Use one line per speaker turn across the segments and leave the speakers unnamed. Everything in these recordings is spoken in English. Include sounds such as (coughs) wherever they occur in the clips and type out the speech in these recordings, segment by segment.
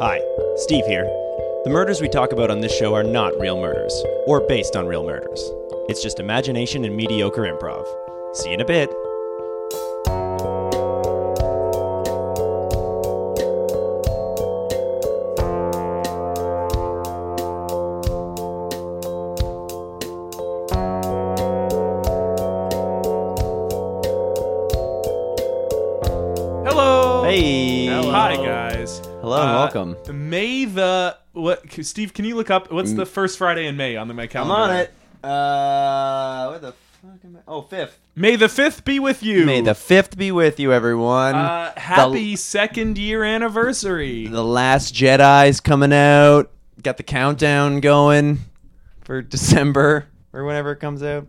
Hi, Steve here. The murders we talk about on this show are not real murders, or based on real murders. It's just imagination and mediocre improv. See you in a bit.
Hello.
Hey.
Hi guys. Uh,
Hello and welcome.
May the what? c- Steve, can you look up what's
Mm.
the first Friday in May on the May calendar?
Uh, where the fuck am I? Oh, fifth.
May the fifth be with you.
May the fifth be with you, everyone.
Uh, happy second year anniversary.
the Last Jedi's coming out. Got the countdown going for December or whenever it comes out.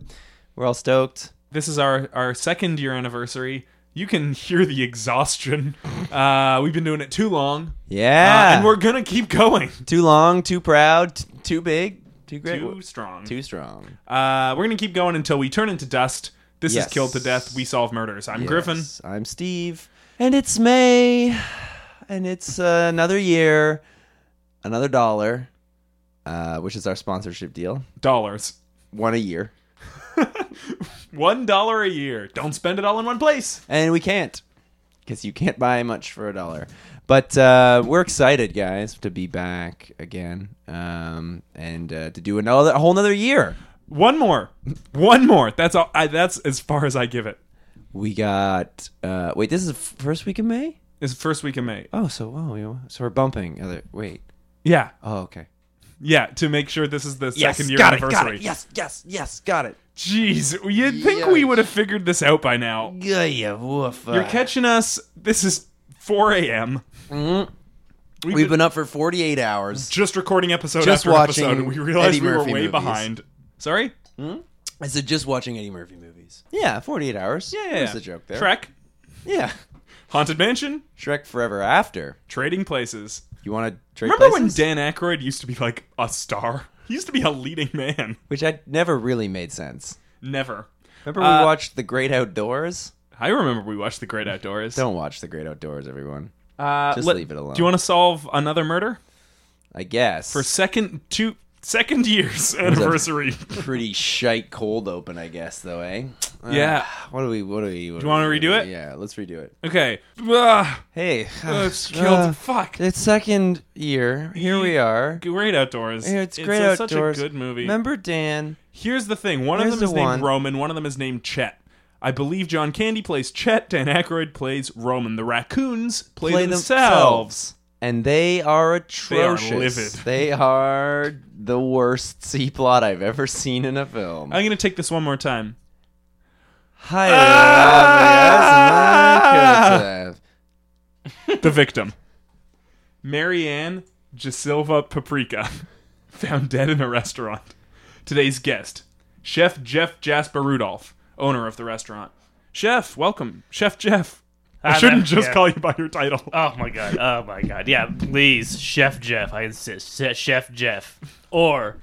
We're all stoked.
this is our our second year anniversary. You can hear the exhaustion. Uh, we've been doing it too long, uh,
Yeah.
and we're gonna keep going.
too long, too proud, t- too big, too great,
Too strong.
too strong.
Uh, we're gonna keep going until we turn into dust. This
Yes.
is killed to death. We solve murders. I'm Griffin.
Yes, I'm Steve, and it's May, and it's uh, another year, another dollar, uh, which is our sponsorship deal.
Dollars.
One a year,
One dollar a year. Don't spend it all in one place.
and we can't because you can't buy much for a dollar. But uh, we're excited, guys, to be back again um, and uh, to do another a whole another year.
One more. One more. That's all. I, that's as far as I give it.
We got uh, wait, this is the f- first week of May.
It's the first week of May.
Oh, so wow, we- so we're bumping. Other wait,
Yeah.
oh okay.
Yeah. To make sure this is the second year
got it,
anniversary.
got it. Yes, yes, yes, got it.
Jeez. You'd think we would have figured this out by now.
Yeah, yeah, woof. uh,
You're catching us. This is 4 a.m. We've,
Mm-hmm. We've
been,
been up for 48 hours.
just recording episode
just
after
watching
episode, and we realized
Eddie
we were
Murphy
way
movies.
behind. Sorry.
I said just watching Eddie Murphy movies. Yeah, 48 hours.
Yeah.
There's the joke there.
Trek.
Yeah.
Haunted Mansion.
Shrek Forever After.
Trading Places.
You want to trade
Remember
places?
when Dan Aykroyd used to be like a star? He used to be a leading man. (laughs)
Which I never really made sense.
Never.
Remember we
Uh,
watched The Great Outdoors?
I remember we watched The Great Outdoors.
Don't watch The Great Outdoors, everyone.
Uh,
Just leave it alone.
Do you want to solve another murder
I guess.
for second two second year's anniversary? (laughs) do
pretty shite cold open, I guess, though, eh? Uh,
Yeah.
what do we, what do we, what do
you wanna redo it?
Yeah, let's redo it.
Okay.
(sighs)
Ugh,
Hey.
uh, it's killed.
uh,
Fuck.
It's second year. Here we are.
Great outdoors.
Here, it's great
a-
outdoors.
Such a good movie.
Remember Dan?
Here's the thing. One
Here's
of them is
the
named
one.
Roman. One of them is named Chet. I believe John Candy plays Chet. Dan Aykroyd plays Roman. The raccoons play,
Play
themselves.
And they are
are
atrocious.
livid.
They are the worst C plot I've ever seen in a film.
I'm gonna take this one more time.
Hi,
Ah!
Ramirez Marquez.
The victim, Marianne Jasilva Paprika, (laughs) found dead in a restaurant. Today's guest, Chef Jeff Jasper Rudolph, owner of the restaurant. Chef, welcome, Chef
(laughs)
Jeff. I
Hi
shouldn't
there,
just
yeah.
call you by your
(laughs)
title.
Oh my god. Oh my god. Yeah, please, Chef Jeff. I insist. Se- Chef Jeff or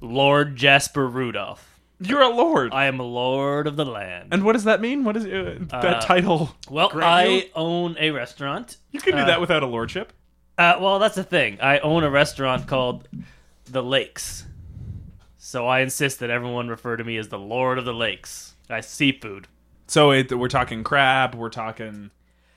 Lord Jasper Rudolph.
You're a lord.
I am a lord of the land.
and what does that mean? What is uh, that title?
well,
grant
I
you?
own a restaurant.
You can do
uh,
that without a lordship.
Uh, well, that's the thing. I own a restaurant called The Lakes. So I insist that everyone refer to me as the Lord of the Lakes. I seafood,
So it, we're talking crab. We're talking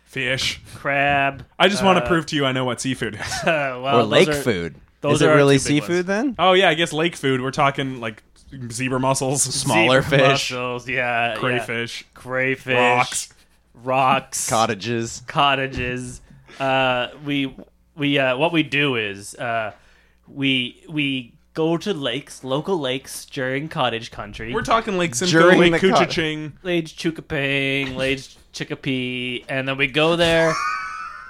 fish.
crab.
I just want to
uh,
prove to you I know what seafood is. (laughs)
Uh, (laughs) well,
Or
those
lake
are-
food.
those
Is it
are our
really
two big ones. Uh,
seafood then?
Oh yeah, I guess lake food. We're talking like zebra mussels,
Smaller
zebra
fish.
mussels, yeah, yeah.
crayfish,
crayfish,
rocks.
(laughs)
rocks,
Cottages.
cottages. Uh, we we uh, what we do is uh, we we go to lakes, local lakes during cottage country.
We're talking Lake Simcoe,
During
Lake
the cottage.
Coochaching.
Lage Chukaping, Lage Chicopee, and then we go there.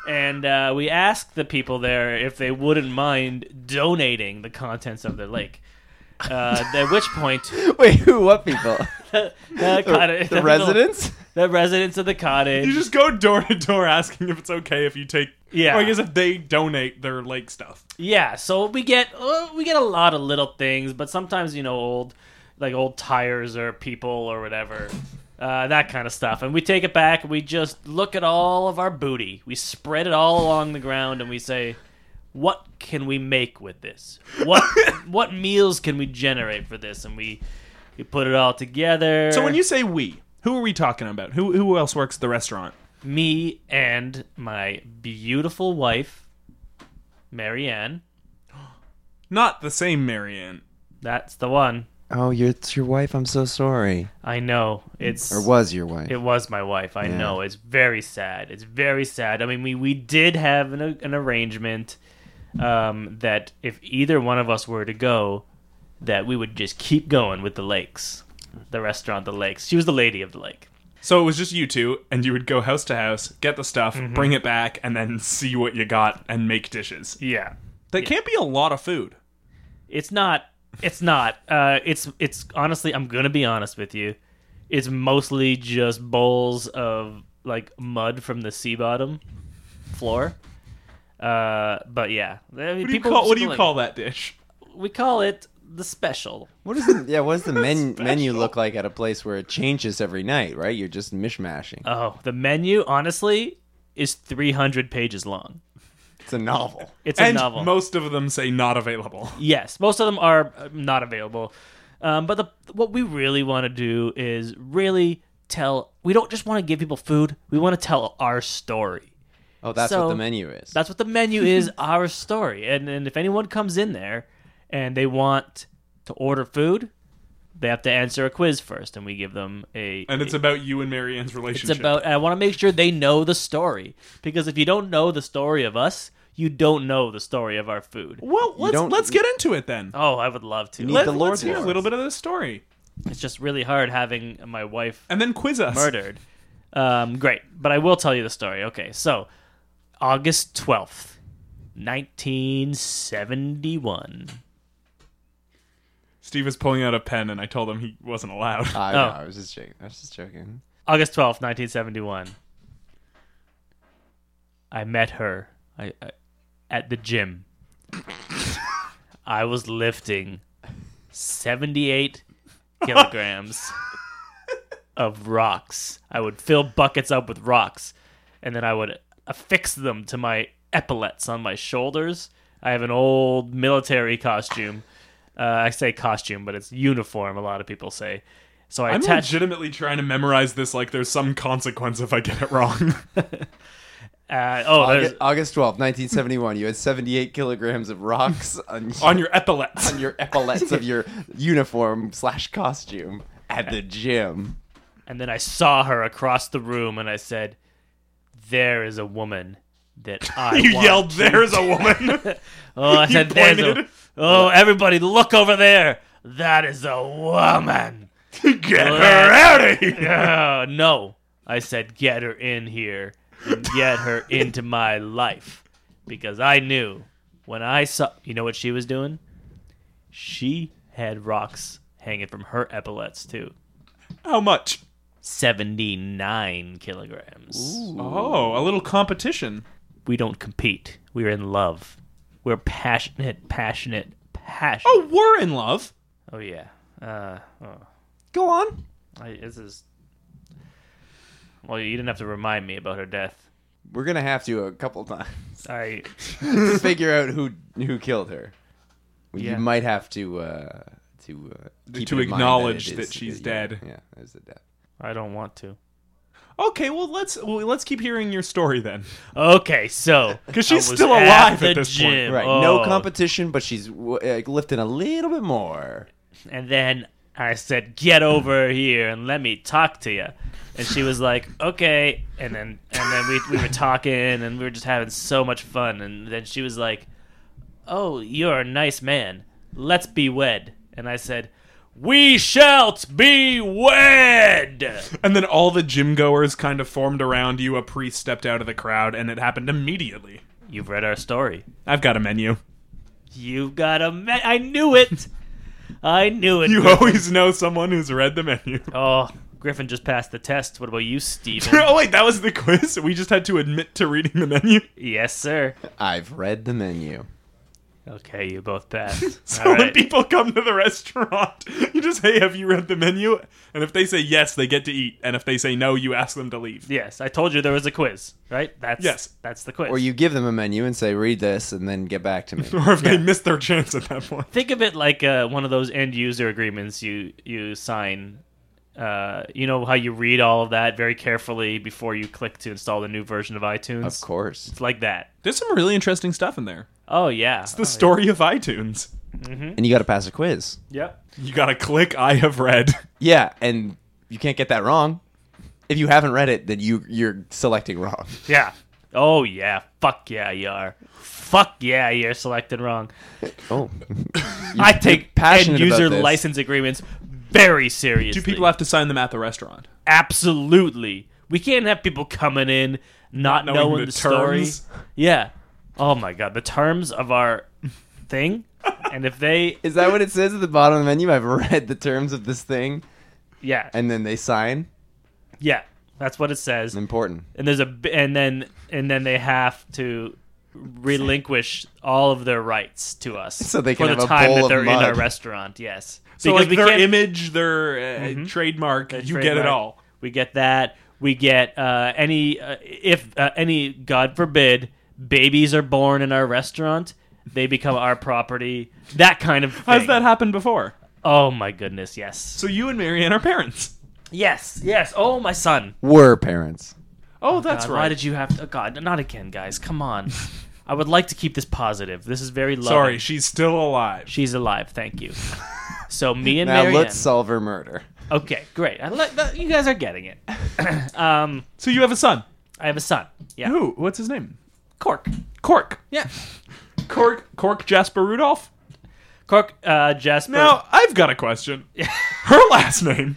And uh, we ask the people there if they wouldn't mind donating the contents of their lake. Uh, at which point, (laughs)
Wait, who? What people?
the, (laughs)
the,
the
(laughs)
cottage-
the residents?
the residents of the cottage,
You just go door to door asking if it's okay if you take.
Yeah.
Or I guess if they donate their lake stuff.
Yeah, so we get uh, we get a lot of little things, but sometimes you know old like old tires or people or whatever. uh, that kind of stuff. And we take it back. We just look at all of our booty. We spread it all along the ground, and we say, "What can we make with this?
(laughs)
What what meals can we generate for this?" And we we put it all together.
So when you say we, who are we talking about? Who who else works the restaurant?
me and my beautiful wife, Marianne.
Not the same Marianne.
That's the one.
Oh, you're, it's your wife. I'm so sorry.
I know it's
Or was your wife?
It was my wife. I
Yeah.
know. It's very sad. It's very sad. I mean, we we did have an an arrangement um, that if either one of us were to go, that we would just keep going with the lakes, the restaurant, the lakes. She was the lady of the lake.
So it was just you two, and you would go house to house, get the stuff, bring it back, and then see what you got and make dishes.
Yeah,
That can't be a lot of food.
it's not. It's not. Uh, it's it's honestly. I'm gonna be honest with you. It's mostly just bowls of like mud from the sea bottom floor. Uh, but yeah,
What do you call what do you call that dish?
we call it the special.
What is the yeah? What does
(laughs)
the men, menu look like at a place where it changes every night? Right, you're just
Uh,
mishmashing.
Oh, the menu honestly is 300 pages long.
It's a novel.
It's
and
a novel.
most of them say not available.
yes, most of them are uh, not available. Um, but the, what we really want to do is really tell. We don't just want to give people food. We want to tell our story.
Oh, that's
So-
what the menu is.
That's what
(laughs)
the menu is. our story. And and if anyone comes in there and they want to order food, they have to answer a quiz first, and we give them a
And it's about you and Marianne's relationship.
It's about. I want to make sure they know the story because if you don't know the story of us, you don't know the story of our food.
Well, let's
don't-
let's get into it then.
Oh, I would love to.
need
Let,
the Lord
us hear a
Lords.
little bit of this story.
It's just really hard having my wife
And then quiz us.
murdered. Um, great, but I will tell you the story. Okay, so August twelfth, nineteen seventy-one.
Steve was pulling out a pen and I told him he wasn't allowed.
I,
Oh.
know, I was just joking. I was just joking.
August 12th, 1971. I met her I, I, at the gym. I was lifting 78 kilograms of rocks. I would fill buckets up with rocks and then I would affix them to my epaulets on my shoulders. I have an old military costume. Uh, I say costume, but it's uniform, a lot of people say. So I
I'm
attach
legitimately trying to memorize this like there's some consequence if I get it wrong.
Uh, oh, there's,
August, August 12th, 1971. You had 78 kilograms of rocks (laughs) on,
(laughs) On your epaulets.
on your epaulets of your uniform slash costume at the gym.
and then I saw her across the room, and I said, "There is a woman that
(laughs)
I."
you
want
yelled,
to-"
"There's
(laughs)
a woman." (laughs)
Oh, I said, "There's a."
pointed.
Oh, everybody, look over there. That is a
(laughs)
woman.
Get her out of here.
Uh, no, I said, get her in here and get her
(laughs)
into my life because I knew when I saw. You know what she was doing? She had rocks hanging from her epaulets too.
How much?
79 kilograms.
Oh, a little competition.
We don't compete. We're in love. We're passionate, passionate, passionate.
Oh, we're in love.
Oh, yeah. Uh, oh.
Go on.
I, this is. Well, you didn't have to remind me about her death.
We're gonna have to a couple times (laughs)
I.
to figure out who who killed her. We
Yeah.
You might have to uh, to uh, keep
To
in mind
acknowledge
it
that
is-
she's
yeah,
dead.
Yeah, there's a death.
I don't want to.
Okay, well let's well, let's keep hearing your story then,
Okay, so.
(laughs) 'Cause she's
I was
still
at
alive
the
at this point.
gym.
Right, no
Oh,
competition, but she's w- uh, lifting a little bit more.
And then I said, "Get over here and let me talk to you." And she was like, "Okay." And then and then we we were talking and we were just having so much fun. And then she was like, "Oh, you're a nice man. Let's be wed." And I said, "We shall be wed."
and then all the gym goers kind of formed around you. A priest stepped out of the crowd, and it happened immediately.
You've read our story.
I've got a menu.
You've got a me- I knew it. I knew
(laughs)
it.
You always know someone who's read the menu.
oh, Griffin just passed the test. What about you, (laughs) Steven?
(laughs) oh wait, that was the quiz. We just had to admit to reading the menu. (laughs)
yes, sir.
I've read the menu.
Okay, you both passed.
So (laughs)
All right.
when people come to the restaurant, (laughs) you just hey, have you read the menu? And if they say yes, they get to eat. And if they say no, you ask them to leave.
Yes, I told you there was a quiz, right? That's
Yes.
that's the quiz.
Or you give them a menu and say, read this, and then get back
(laughs)
to me.
(laughs) Or if they miss their chance at that point.
think of it like uh, one of those end user agreements you you sign. Uh, you know how you read all of that very carefully before you click to install the new version of iTunes.
of course.
It's like that.
There's some really interesting stuff in there.
Oh yeah.
It's the story of iTunes.
And you got to pass a quiz.
Yep.
You gotta click I have read.
Yeah, and you can't get that wrong. If you haven't read it, then you you're selecting wrong.
Yeah. Oh yeah. Fuck yeah, you are. Fuck yeah, you're selected wrong.
(laughs) Oh,
I take
passionate
end user
about this.
license agreements very seriously.
Do people have to sign them at the restaurant?
absolutely. We can't have people coming in not,
knowing
knowing,
the
the, story.
terms.
Yeah. Oh my god, the terms of our thing. And if they,
is that what it says at the bottom of the menu? I've read the terms of this thing,
yeah,
and then they sign.
yeah, that's what it says.
Important.
And there's a, b- and then, and then they have to relinquish all of their rights to us
So they
for
can
the
have a
time
bowl
that
of
they're in
mud.
our restaurant. Yes.
So
Because
like their
can't-
image, their uh, trademark, you get it
trademark.
all.
We get that. We get uh, any uh, if uh, any God forbid babies are born in our restaurant, they become our property. That kind of thing.
Has that happened before?
oh my goodness, yes,
So you and Marianne are parents.
yes, yes. Oh my son.
Were parents.
Oh, that's
God,
right.
Why did you have to? Oh, God, not again, guys.
(laughs)
Come on. I would like to keep this positive. This is very loving.
Sorry, she's still alive.
she's alive. Thank you. So me and
Now
Marianne.
let's solve her murder.
okay, great. I let, you guys are getting it. um,
So you have a son.
I have a son. Yeah,
Who? What's his name?
Cork.
Cork.
Yeah.
Cork. Cork. Jasper Rudolph.
Cork, uh, Jasper.
Now I've got a question. (laughs) Her last name,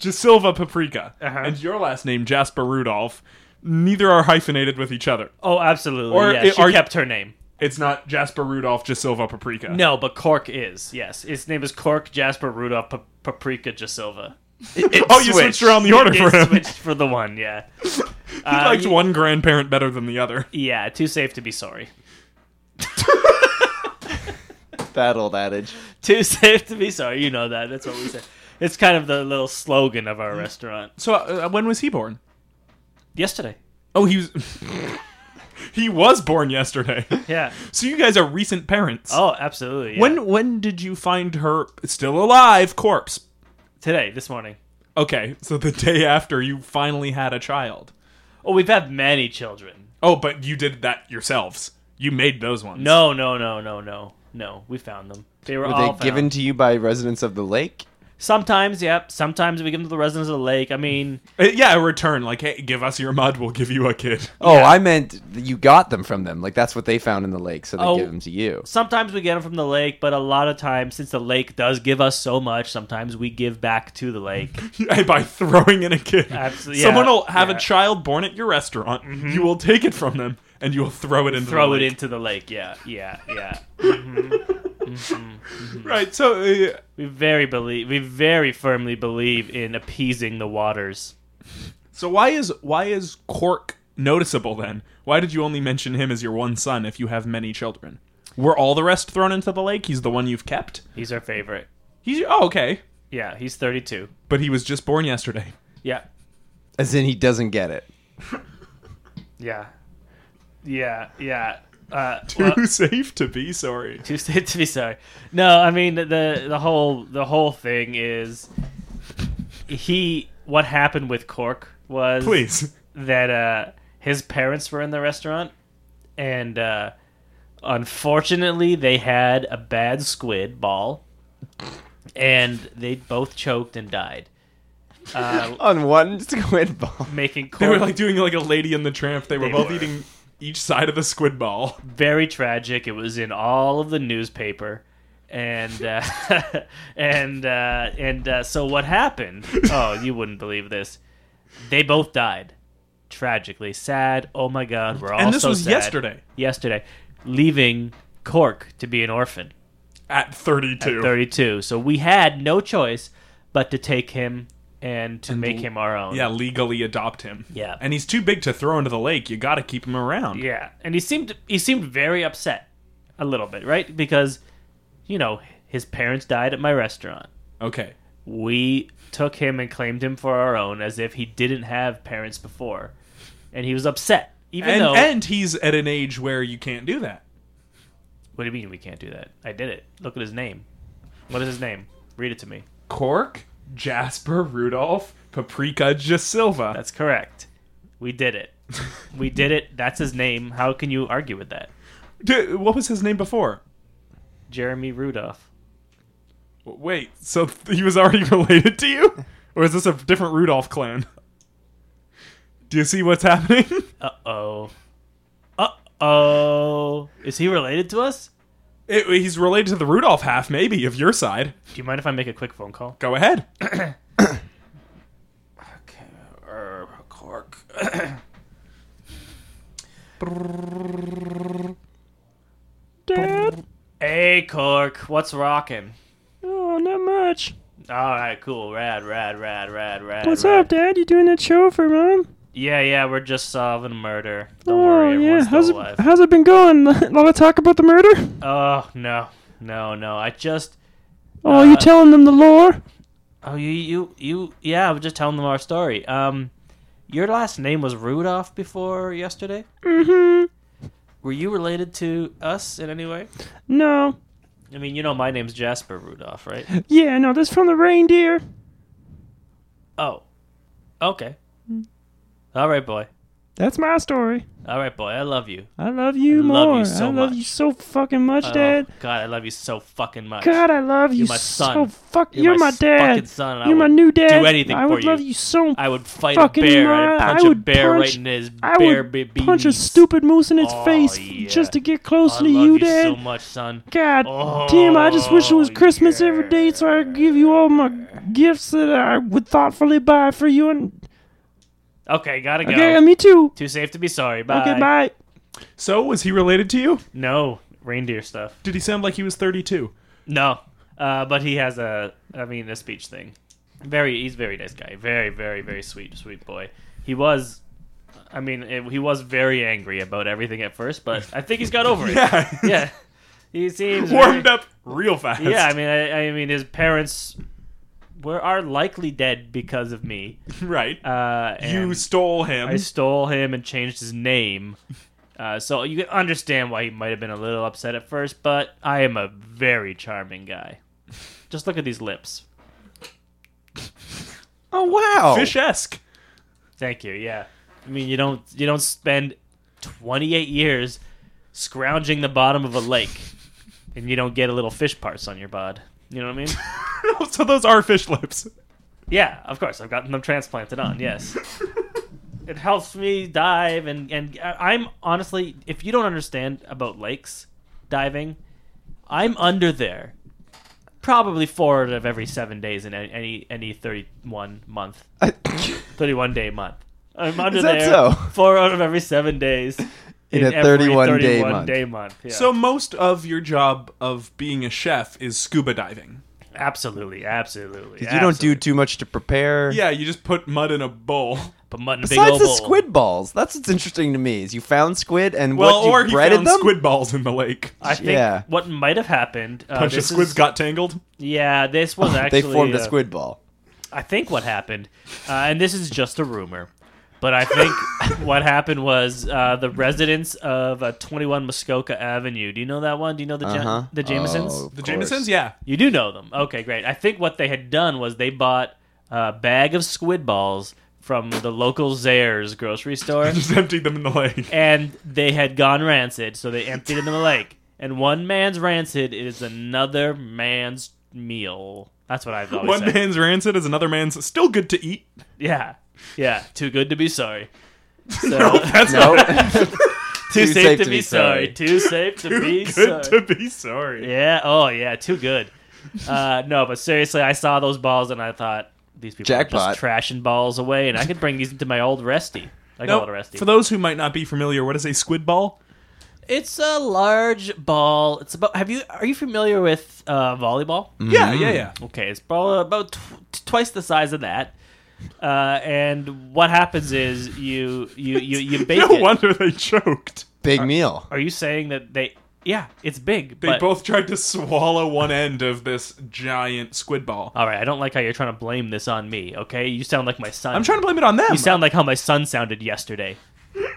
Jasilva Paprika, and your last name Jasper Rudolph. Neither are hyphenated with each other.
Oh, absolutely.
Or
yeah, she
are you-
kept her name.
It's not Jasper Rudolph Jasilva Paprika.
No, but Cork is. Yes, his name is Cork Jasper Rudolph Pa- Paprika (laughs) Jasilva.
Oh, you switched around the order
They
for him.
switched for the one. Yeah,
He liked
you-
one grandparent better than the other.
yeah. Too safe to be sorry.
That old adage.
(laughs) Too safe to be sorry. You know that. That's what we say. It's kind of the little slogan of our restaurant.
So uh, when was he born?
Yesterday.
Oh, he was. (laughs) he was born yesterday.
Yeah.
So you guys are recent parents.
Oh, absolutely. yeah.
When when did you find her still alive corpse?
today, this morning.
Okay, so the day after you finally had a child.
Oh, we've had many children.
Oh, but you did that yourselves. You made those ones.
No, no, no, no, no, no. We found them. They were,
Were
all
they
found.
given to you by residents of the lake?
Sometimes, yep. Sometimes we give them to the residents of the lake. I mean,
Uh, yeah, a return. Like, hey, give us your mud, we'll give you a kid. (laughs)
Oh, I meant that you got them from them. Like that's what they found in the lake, so they
Oh.
give them to you.
sometimes we get them from the lake, but a lot of times, since the lake does give us so much, sometimes we give back to the (laughs) lake.
Hey, By throwing in a kid.
Absolutely,
Someone
yeah,
will have
yeah. Mm-hmm.
a child born at your restaurant. You will take it from them and you will throw it into
Throw
the
it
lake.
into the lake. Yeah, yeah, yeah.
Right, so uh,
(laughs) We very believe. We very firmly believe in appeasing the waters.
so why is why is Cork noticeable then? Why did you only mention him as your one son if you have many children? Were all the rest thrown into the lake? He's the one you've kept?
He's our favorite.
He's oh okay.
Yeah, he's 32.
But he was just born yesterday. (laughs)
Yeah,
As in, he doesn't get it.
yeah, yeah, yeah. Uh,
Too (laughs)
(laughs) well-
safe to be sorry.
Too safe to be sorry. No, I mean the the whole the whole thing is he. What happened with Cork was
Please.
that uh, his parents were in the restaurant, and uh, unfortunately, they had a bad squid ball, and they both choked and died,
(laughs)
uh,
On one squid ball.
making
They
Cork
were like doing like a Lady and the Tramp. They were
They
both
were.
eating each side of the squid ball.
very tragic. It was in all of the newspaper. And uh, (laughs) and uh, and uh, so what happened? Oh, you wouldn't believe this. They both died tragically. Sad. Oh my God, we're all
And this
so
was
sad.
yesterday.
Yesterday, leaving Cork to be an orphan.
At 32.
Thirty-two. So we had no choice but to take him and to make
l-
him our own.
Yeah, legally adopt him.
Yeah.
And he's too big to throw into the lake. You gotta keep him around.
Yeah, and he seemed he seemed very upset, a little bit, right? Because, you know, his parents died at my restaurant.
Okay.
We took him and claimed him for our own as if he didn't have parents before. And he was upset. Even
And
though.
and he's at an age where you can't do that.
what do you mean we can't do that? I did it. Look at his name. What is his name? Read it to me.
Cork, Jasper, Rudolph, Paprika, Jasilva.
That's correct. We did it.
(laughs)
We did it. That's his name. How can you argue with that?
D- what was his name before?
Jeremy Rudolph.
W- Wait, so th- he was already (laughs) related to
(laughs)
you? Or is this a different Rudolph clan? Do you see what's happening?
Uh oh. Uh oh. Is he related to us?
(laughs) It- he's related to the Rudolph half, maybe, of your side.
Do you mind if I make a quick phone call?
Go
(coughs)
ahead.
uh, Cork. (coughs) hey, Cork. What's rocking?
Oh, not much.
All right, cool. Rad, rad, rad, rad, rad.
What's
rad.
up, Dad? You doing that show for Mom?
Yeah, yeah. We're just solving murder. Don't
oh,
worry. Everyone's
yeah.
still
How's it,
alive.
how's it been going? (laughs) A lot of talk about the murder?
Oh no, no, no! I just
Oh,
Uh,
you telling them the lore?
oh you you you yeah. I was just telling them our story. Um, your last name was Rudolph before yesterday.
Mm-hmm.
Were you related to us in any way?
No.
I mean, you know, my name's Jasper Rudolph, right?
(laughs) Yeah, no, that's from the reindeer.
Oh, okay.
Hmm.
All right, boy.
That's my story.
All right, boy. I love you.
I love you
I
more.
love you so
I love
much.
you so fucking much,
Oh,
Dad.
God, I love you so fucking much.
God, I love you
my
so
son.
fuck. You're,
You're my
my, dad.
fucking son, and I
You're my
would
new dad.
do anything
I
for
would
you.
love you so.
I would fight
Fucking
a bear.
right.
I'd punch
I
a
would
bear
punch-
right in his
I
bear
would
be-
punch a
beans.
stupid moose in its
Oh,
face
yeah.
just to get close
I
to
love
you,
you
Dad.
so much, son.
God
Oh,
damn, I just wish it
Oh,
was Christmas every
yeah.
day so I could give you all my gifts that I would thoughtfully buy for you. And
Okay, gotta go.
Okay, me too.
Too safe to be sorry. Bye.
Okay, bye.
So, was he related to you?
No reindeer stuff.
Did he sound like he was 32?
No, uh, but he has a. I mean, a speech thing. Very, he's a very nice guy. Very, very, very sweet, sweet boy. He was. I mean, it, he was very angry about everything at first, but I think he's got over
(laughs)
it.
Yeah.
yeah. He
(laughs)
seems
Warmed
very-
up real fast.
Yeah, I mean, I, I mean, his parents were are likely dead because of me.
(laughs) Right.
Uh,
you
and-
stole him.
I stole him and changed his name. (laughs) Uh, so you can understand why he might have been a little upset at first, but I am a very charming guy. (laughs) Just look at these lips.
Oh wow. (laughs)
Fish esque.
Thank you. Yeah, I mean you don't you don't spend 28 years scrounging the bottom of a lake, and you don't get a little fish parts on your bod. You know what I mean?
(laughs) so those are fish lips.
yeah, of course. I've gotten them transplanted on.
(laughs)
Yes. it helps me dive and and I- I'm honestly, if you don't understand about lakes diving, I'm under there probably four out of every seven days in a- any any 31 month, 31 day month. I'm under
that
there
so?
four out of every seven days
In a
every
31 day month.
day month. Yeah.
So most of your job of being a chef is scuba diving.
absolutely, absolutely,
You don't do
absolutely.
too much to prepare.
Yeah, you just put mud in a bowl.
Put mud in a big
Besides
old
the
bowl.
squid balls, that's what's interesting to me. Is you found squid and
(laughs) Well,
what you
or he
breaded
found
them?
squid balls in the lake.
I think
Yeah.
what might have happened. Uh,
bunch of
this
squids
is-
got tangled.
Yeah, this
(laughs)
was
they
actually.
formed a
uh,
squid (laughs) ball.
I think what happened, uh, and this is just a rumor, but
(laughs)
I think what happened was uh, the residents of uh, 21 Muskoka Avenue. Do you know that one? Do you know the Ja-
Uh-huh.
the Jamesons?
Oh, of
The
course.
Jamesons, yeah. (laughs)
You do know them. Okay, great. I think what they had done was they bought a bag of squid balls from the local Zares grocery
(laughs)
store.
Just emptied them in the lake.
and they had gone rancid, so they emptied it in the lake. And one man's rancid is another man's meal. That's what I've always
One
said.
man's rancid is another man's still good to
(laughs)
eat.
Yeah, yeah. Too good to be (laughs) sorry.
(laughs)
So
That's
No.
(laughs) too, safe, to, be, sorry. (laughs) Too safe to be
good
sorry.
to be sorry.
yeah. Oh yeah. Too good. Uh, no, but seriously, I saw those balls and I thought these people are
Jackpot.
just trashing balls away, and I could bring these into my old resty. I
Now,
call it a resty.
for those who might not be familiar, what is a squid ball?
it's a large ball. It's about. Have you? Are you familiar with uh, volleyball?
Yeah, yeah, yeah.
Okay, it's probably about tw- twice the size of that. Uh, and what happens is you you you you bake
No
(laughs) it.
wonder they choked.
Big meal.
Are you saying that they yeah, it's big.
They
but,
both tried to swallow one end of this giant squid ball.
All right, I don't like how you're trying to blame this on me. Okay, you sound like my son.
I'm trying to blame it on them.
You sound like how my son sounded yesterday.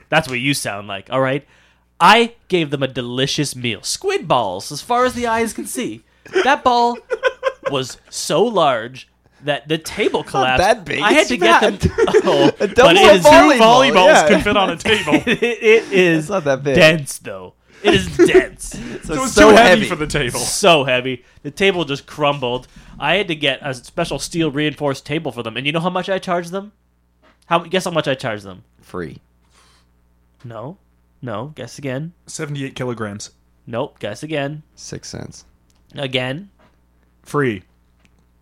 That's what you sound like, all right? I gave them a delicious meal. Squid balls, as far as the eyes can see. That ball was so large that the table collapsed.
that big.
I had
It's
to get them.
not.
(laughs) Oh,
A
but it
double
is,
volley-
two volleyballs
yeah.
can fit on
(laughs)
a table.
it, it is
It's not that big.
dense, though. It is dense.
(laughs) So,
It
it's
was
so
too heavy.
heavy.
for the table.
(laughs) so heavy. The table just crumbled. I had to get a special steel reinforced table for them. And you know how much I charged them? How guess how much I charged them?
Free.
No. No. Guess again.
78 kilograms.
Nope. Guess again.
Six cents.
Again.
Free.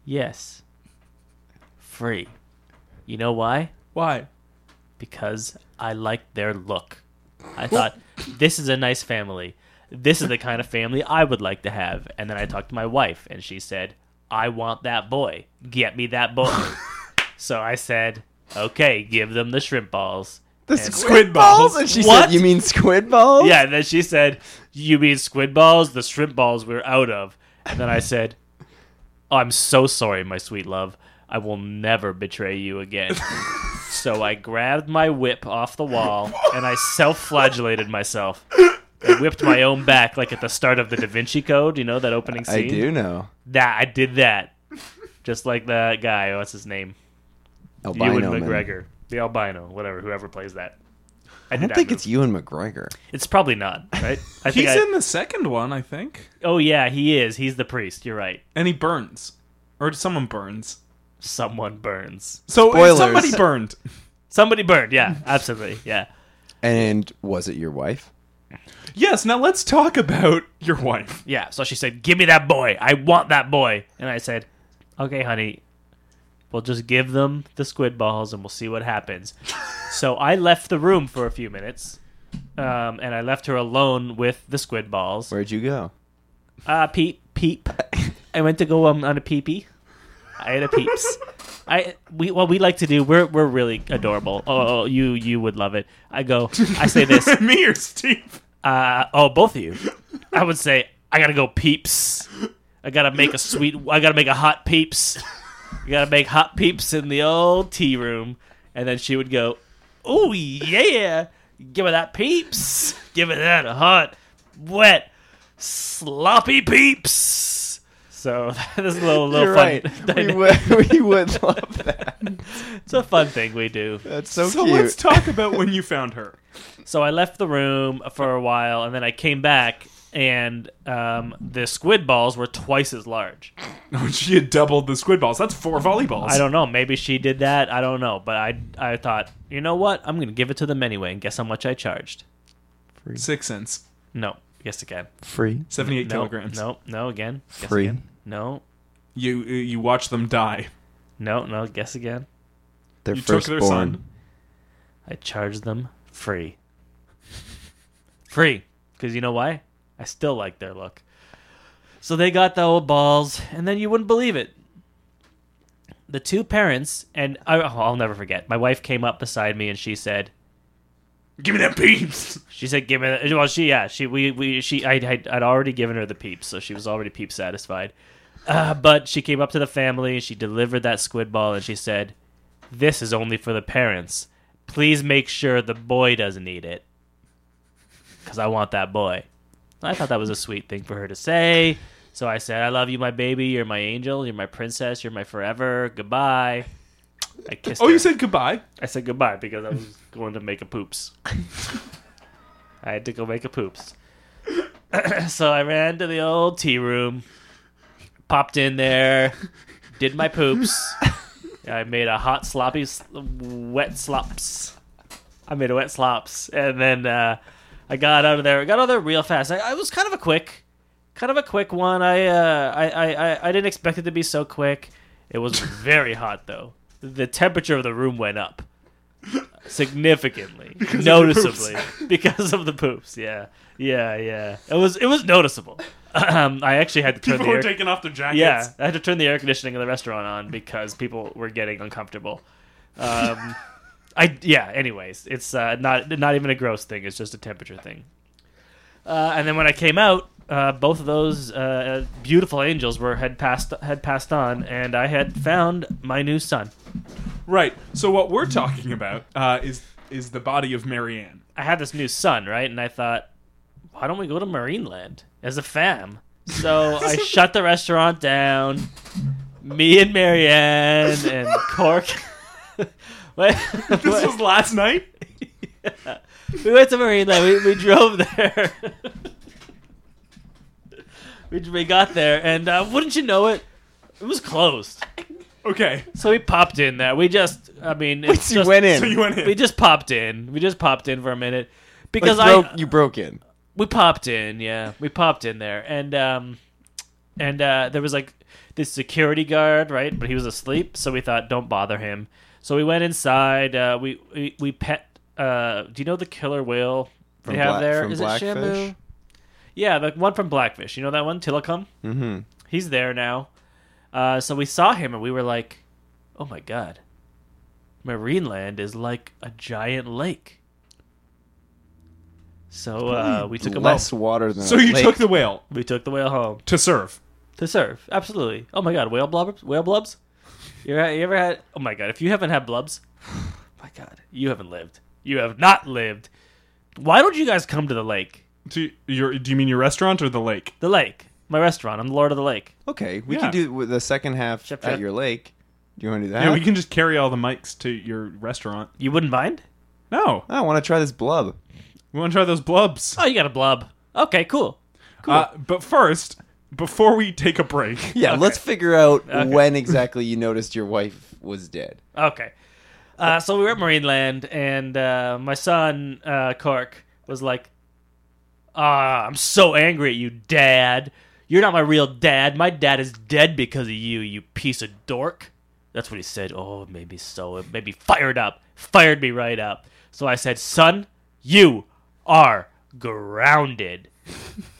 Yes. Free. You know why?
Why?
Because I liked their look. I thought, this is a nice family. This is the kind of family I would like to have. And then I talked to my wife, and she said, I want that boy. Get me that boy. so I said, okay, give them the shrimp balls.
The
And-
squid,
Squid
balls?
balls?
And she
What?
said, "You mean squid balls?"
(laughs) Yeah, and then she said, "You mean squid balls? The shrimp balls we're out of." And then I said, "Oh, I'm so sorry, my sweet love. I will never betray
(laughs)
you again." so I grabbed my whip off the wall and I self-flagellated myself. I whipped my own back like at the start of the Da Vinci Code, you know that opening scene.
I do know.
That I did that, just like that guy. What's his name?
Albino
Ewan
man.
McGregor, the albino, whatever, whoever plays that. I,
I don't think it's Ewan McGregor.
It's probably not,
(laughs)
right? I
He's
I-
in the second one, I think.
Oh yeah, he is. He's the priest. You're right.
And he burns. Or someone burns.
Someone burns.
So
Spoilers.
somebody burned.
Somebody burned. Yeah, absolutely. Yeah.
And was it your wife?
Yes, now let's talk about your wife.
Yeah. So she said, "Give me that boy. I want that boy." And I said, "Okay, honey. We'll just give them the squid balls and we'll see what happens." so I left the room for a few minutes. Um, and I left her alone with the squid balls.
Where'd you go?
Uh, peep, peep. I went to go um, on a peepee. I had a peeps. I we what we like to do. We're we're really adorable. Oh, you you would love it. I go. I say this.
(laughs) Me or Steve?
Uh, oh, both of you. I would say I gotta go peeps. I gotta make a sweet. I gotta make a hot peeps. You gotta make hot peeps in the old tea room, and then she would go, "Oh yeah, give me that peeps. Give me that hot, wet, sloppy peeps." So (laughs) this is a little, little
You're
fun.
(laughs)
(laughs)
right. We would, we would love that.
It's a fun thing we do.
That's so,
so
cute.
let's talk about when you found (laughs) her.
So I left the room for a while, and then I came back, and um, the squid balls were twice as large.
No, she had doubled the squid balls. That's four volleyballs.
I don't know. Maybe she did that. I don't know. But I, I thought, you know what? I'm gonna give it to them anyway, and guess how much I charged?
Six cents.
No. Yes, again.
Free.
78
No.
kilograms.
No. No. Again. Guess
Free.
Again. No.
You you watch them die.
No. No. Guess again.
Their
You took their
firstborn.
son.
I charged them free. Free. Because you know why? I still like their look. So they got the old balls, and then you wouldn't believe it. The two parents, and I, oh, I'll never forget, my wife came up beside me and she said,
Give me that peeps.
She said, "Give me." The, well, she yeah, she we we she I I'd, I'd already given her the peeps, so she was already peep satisfied. Uh, but she came up to the family, she delivered that squid ball, and she said, "This is only for the parents. Please make sure the boy doesn't eat it, because I want that boy." I thought that was a sweet thing for her to say. So I said, "I love you, my baby. You're my angel. You're my princess. You're my forever. Goodbye." I kissed.
Oh,
her.
you said goodbye.
I said goodbye because I was going to make a poops. I had to go make a poops. (coughs) so I ran to the old tea room, popped in there, did my poops. I made a hot sloppy, s- wet slops. I made a wet slops, and then uh, I got out of there. I got out of there real fast. I, I was kind of a quick, kind of a quick one. I, uh, I, I, I, I didn't expect it to be so quick. It was very hot though. The temperature of the room went up significantly, noticeably (laughs) because of the poops. Yeah, yeah, yeah. It was it was noticeable. (clears throat) Um, I actually had to turn
People
the air.
were taking off their jackets. (laughs)
Yeah, I had to turn the air conditioning in the restaurant on because people were getting uncomfortable.
(laughs)
Um, I yeah. Anyways, it's uh, not not even a gross thing. It's just a temperature thing. Uh, and then when I came out, uh, both of those uh, beautiful angels were had passed had passed on, and I had found my new son.
Right. So what we're talking about uh, is is the body of Marianne.
I had this new son, right? And I thought, why don't we go to Marineland as a fam? So
(laughs)
I shut the restaurant down. Me and Marianne and Cork. (laughs)
(laughs)
Wait,
This was last night.
we went to Marineland. We, we drove there. (laughs) we, we got there, and uh, wouldn't you know it, it was closed.
Okay.
So we popped in there. We just, I mean, it's
you
just-
went in.
So you went in.
We just popped in. We just popped in for a minute because
Like,
I
broke- you broke in.
we popped in yeah we popped in there and um and uh there was like this security guard right but he was asleep so we thought don't bother him so we went inside uh we we, we pet uh do you know the killer whale they
From
have
Bla-
there
from
is it
Blackfish?
shamu yeah the one from blackfish you know that one tillicum mm-hmm. he's there now uh so we saw him and we were like oh my god marineland is like a giant lake so uh, we took him out.
less water than
So
a
you
lake.
took the whale
We took the whale home
to serve.
to surf. Absolutely. Oh my god, whale blubs, whale blubs. You ever, you ever had? Oh my god, if you haven't had blubs, (sighs) my god, you haven't lived. You have not lived. Why don't you guys come to the lake?
Do you, your, do you mean your restaurant or the lake?
The lake, my restaurant. I'm the lord of the lake.
Okay, we
Yeah.
can do with the second half
Chef,
at
chef.
your lake. Do you want to do that?
Yeah, we can just carry all the mics to your restaurant.
You wouldn't mind?
No,
I want to try this blub.
we want to try those blubs.
Oh, you got a blub. Okay, cool.
Uh, but first, before we take a break,
Yeah, let's figure out when exactly you noticed your wife was dead.
Okay. Uh, so we were at Marineland, and uh, my son, uh, Cork, was like, Ah, I'm so angry at you, Dad. You're not my real dad. My dad is dead because of you, you piece of dork. That's what he said. Oh, it made me so, it made me fired up. Fired me right up. So I said, Son, you are grounded.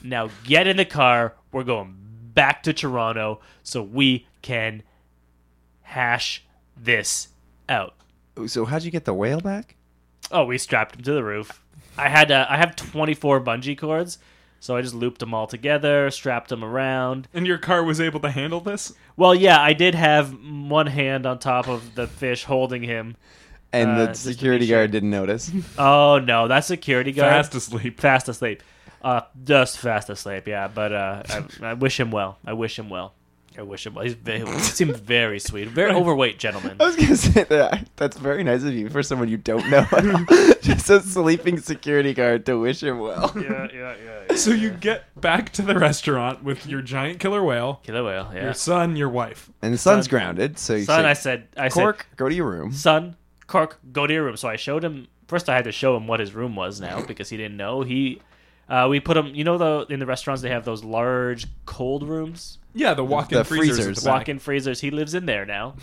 now get in the car. We're going back to Toronto so we can hash this out.
So how'd you get the whale back?
Oh, we strapped him to the roof. I had uh, I have 24 bungee cords, so I just looped them all together, strapped them around.
and your car was able to handle this.
Well, yeah, I did have one hand on top of the fish holding him.
And
Uh,
the
just to be
security
sure.
guard didn't notice.
Oh no, that security guard
Fast asleep.
fast asleep, uh, just fast asleep. Yeah, but uh, I, I wish him well. I wish him well. I wish him well. He's very, he seemed very sweet, very
(laughs)
overweight gentleman.
I was gonna say that that's very nice of you for someone you don't
(laughs)
know. Just a sleeping security guard to wish him well.
Yeah, yeah, yeah. yeah.
So you get back to the restaurant with your giant killer whale,
Killer whale. Yeah.
your son, your wife.
And the sun's grounded, so you
Son,
say,
I said, I said,
Cork, go to your room.
son, Cork, go to your room. So I showed him. First, I had to show him what his room
(laughs)
was now because he didn't know. He, uh, we put him. You know, the in the restaurants they have those large cold rooms,
Yeah, the walk-in
The
freezers. at
freezers.
the back.
walk-in freezers. He lives in
(laughs)
there now.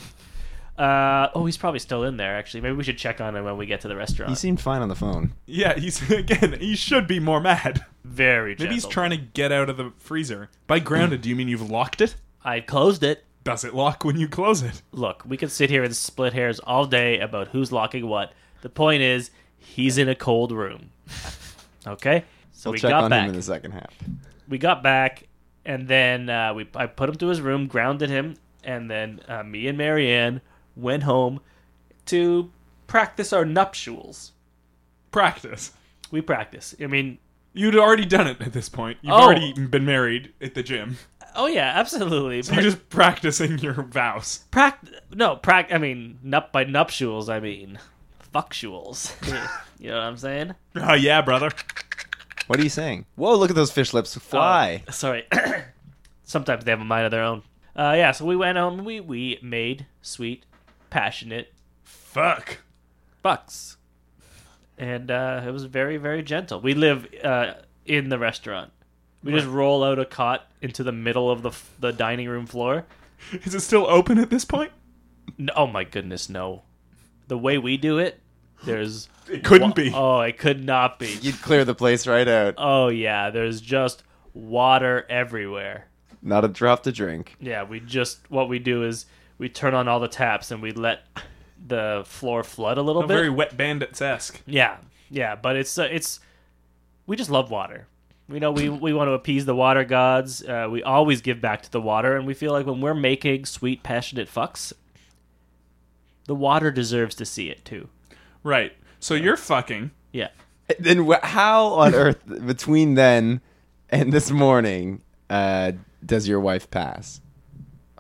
Uh, oh, he's probably still in there. Actually, maybe we should check on him when we get to the restaurant.
He seemed fine on the phone.
Yeah, he's (laughs) again. He should be more mad.
Very gentle.
Maybe he's trying to get out of the freezer. By grounded, do you mean you've locked it?
I closed it.
Does it lock when you close it?
Look, we could sit here and split hairs all day about who's locking what. The point is, he's in a
(laughs)
cold room. Okay, so
We'll
we
check
got
on
back.
him in the second half.
we got back, and then uh, we I put him to his room, grounded him, and then uh, me and Marianne went home to practice our nuptials.
Practice.
We practice. I mean,
You'd already done it at this point. You've
Oh.
already been married at the gym.
oh yeah, absolutely.
You're
but
just practicing your vows.
prac- no prac. I mean, nup by nuptials. I mean, fuctuals. (laughs) you know what I'm saying?
Oh, yeah, brother.
What are you saying? Whoa, look at those fish lips fly.
Uh, sorry. (coughs) Sometimes they have a mind of their own. Uh, yeah. So we went home. We we made sweet, passionate
Fuck.
bucks. And uh, it was very, very gentle. We live uh, in the restaurant. We just roll out a cot into the middle of the, f- the dining room floor.
Is it still open at this point?
No, oh my goodness, no. The way we do it, there's.
It couldn't be.
Oh, it could not be.
You'd clear the place right out.
Oh, yeah, there's just water everywhere.
Not a drop to drink.
Yeah, we just. What we do is we turn on all the taps and we let the floor flood a little
A
bit.
very wet bandits esque.
Yeah, yeah, but it's uh, it's we just love water. We know we, we want to appease the water gods. Uh, we always give back to the water, and we feel like when we're making sweet, passionate fucks, the water deserves to see it too.
Right. So you're fucking.
Yeah.
Then wh- how
(laughs)
on earth between then and this morning uh, does your wife pass?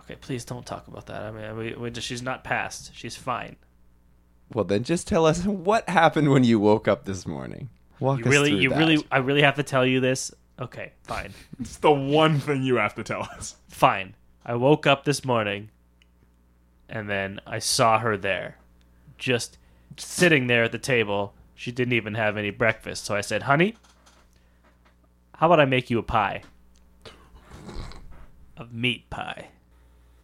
Okay, please don't talk about that. I mean, we, we just, she's not passed. She's fine.
Well, then just tell us (laughs) what happened when you woke up this morning. Walk
You
us
really,
through
you
that.
really, I really have to tell you this. Okay, fine,
It's the one thing you have to tell us. (laughs)
fine. I woke up this morning, and then I saw her there, just sitting there at the table. She didn't even have any breakfast, so I said, "Honey, how about I make you a pie of meat pie?"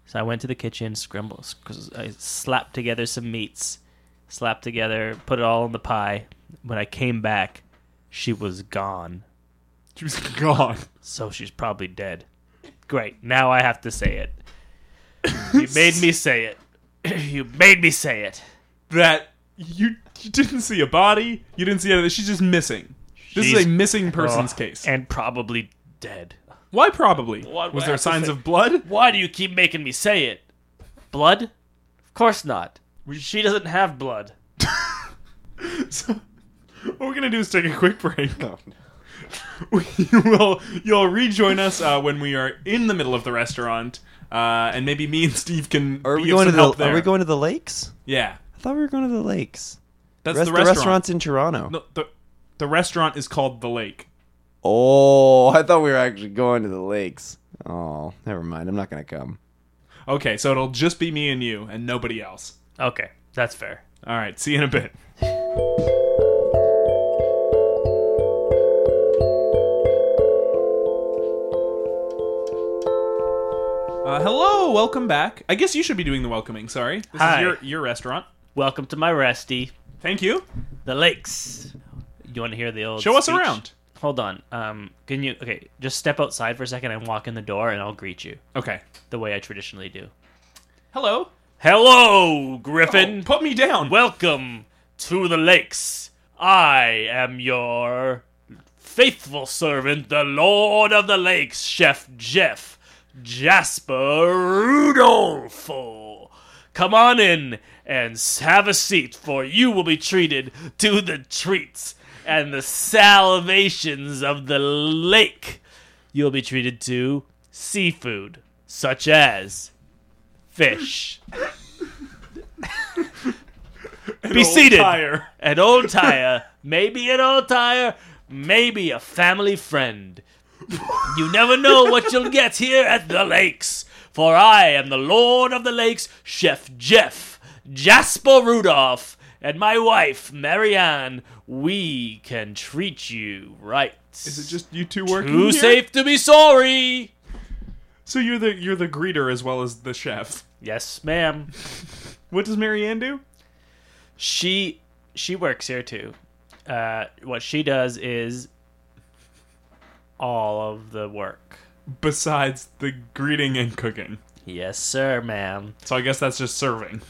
So I went to the kitchen, scrambled, because I slapped together some meats, slapped together, put it all in the pie. When I came back, she was gone.
She was gone.
So she's probably dead. Great. Now I have to say it.
(laughs)
You made me say it. (clears throat) You made me say it.
That you you didn't see a body. You didn't see anything. She's just missing. This
She's-
is a missing person's
Oh,
case.
And probably dead.
Why? Probably.
Why would
was
I
there
have to
signs
say-
of blood?
Why do you keep making me say it? Blood? Of course not. She doesn't have blood.
So, what we're gonna do is take a quick break. (laughs) We will you'll rejoin us uh, when we are in the middle of the restaurant, uh, and maybe me and Steve can
Are
be
we
of
going to
some
the
help there.
Are we going to the lakes?
Yeah,
I thought we were going to the lakes.
that's
Rest-
the restaurant.
restaurant's in Toronto.
No, the the restaurant is called the Lake.
Oh, I thought we were actually going to the lakes. Oh, never mind. I'm not going to come.
Okay, so it'll just be me and you and nobody else.
Okay, that's fair.
All right, see you in a bit. Uh, hello, welcome back. I guess you should be doing the welcoming. Sorry, this
Hi.
is your your restaurant.
Welcome to my resty,
Thank you.
the lakes. You want to hear the old?
Show us
speech?
around.
Hold on. Um, can you? Okay, just step outside for a second and walk in the door, and I'll greet you
Okay.
the way I traditionally do.
Hello.
Hello, Griffin.
Oh, put me down.
Welcome to the lakes. I am your faithful servant, the Lord of the Lakes, Chef Jeff Jasper Rudolfo. Come on in and have a seat, for you will be treated to the treats and the salivations of the lake. You'll be treated to seafood, such as
(laughs)
fish. be
Old
seated
tire.
an old tire, maybe an old tire, maybe a family friend. You never know what you'll get here at the lakes, for I am the Lord of the Lakes, Chef Jeff, Jasper Rudolph, and my wife, Marianne. We can treat you right.
Is it just you two working
Too
here?
safe to be sorry?
So you're the you're the greeter as well as the chef.
Yes, ma'am.
What does Marianne do?
she she works here too. Uh, what she does is all of the work.
Besides the greeting and cooking,
Yes, sir, ma'am.
so I guess that's just serving.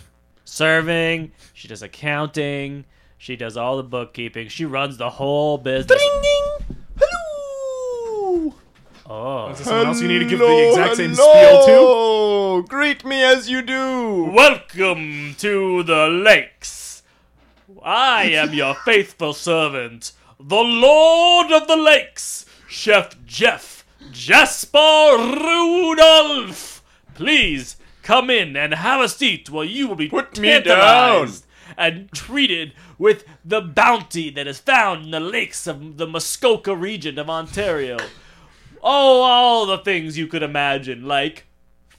Serving. She does accounting. She does all the bookkeeping. She runs the whole business.
Hello.
Oh,
Is there someone else you need to give the exact same spiel to?
Oh, greet me as you do.
welcome to the lakes. I
(laughs)
am your faithful servant, the Lord of the Lakes, Chef Jeff Jasper Rudolph. Please come in and have a seat where you will be
Put me
tantalized and treated with the bounty that is found in the lakes of the Muskoka region of Ontario. Oh, all the things you could imagine, like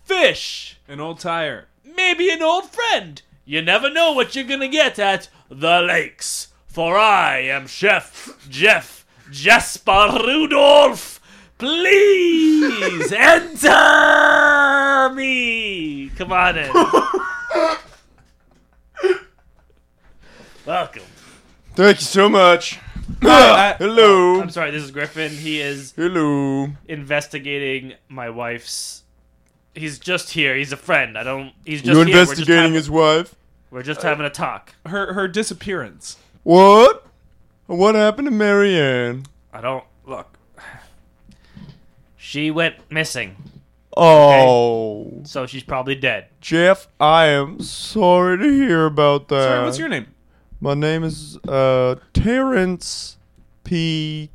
fish
An old tire.
maybe an old friend. You never know what you're gonna get at the lakes. For I am Chef Jeff Jasper Rudolph.
(laughs)
Please enter me. Come on in. Welcome.
Thank you so (laughs) much.
I-
Oh,
Hello.
I'm sorry, this is Griffin. He is
Hello.
investigating my wife's. He's just here. He's a friend. I don't. He's just
You
here. We're just
investigating
having-
his wife?
We're just having a talk.
Her her disappearance.
What? What happened to Marianne?
I don't look. She went missing,
Oh,
so she's probably dead.
Jeff, I am sorry to hear about that.
Sorry, what's your name? (laughs)
My name is uh, Terrence P.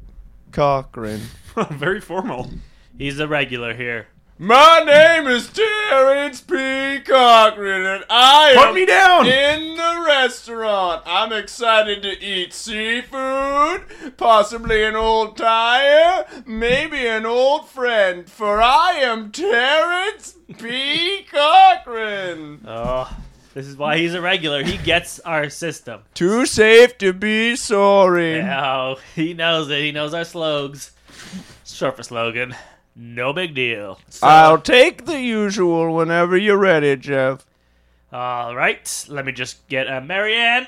Cochran.
Very formal.
He's a regular here.
My name is Terrence P. Cochran, and I
Put me down.
in the restaurant. I'm excited to eat seafood, possibly an old tire, maybe an old friend, for I am Terrence P. Cochran.
Oh, this is why he's a regular. He gets our system.
Too safe to be sorry.
Oh, he knows it. He knows our slogans. Short for slogan. No big deal. So,
I'll take the usual whenever you're ready, Jeff.
all right, let me just get a Marianne.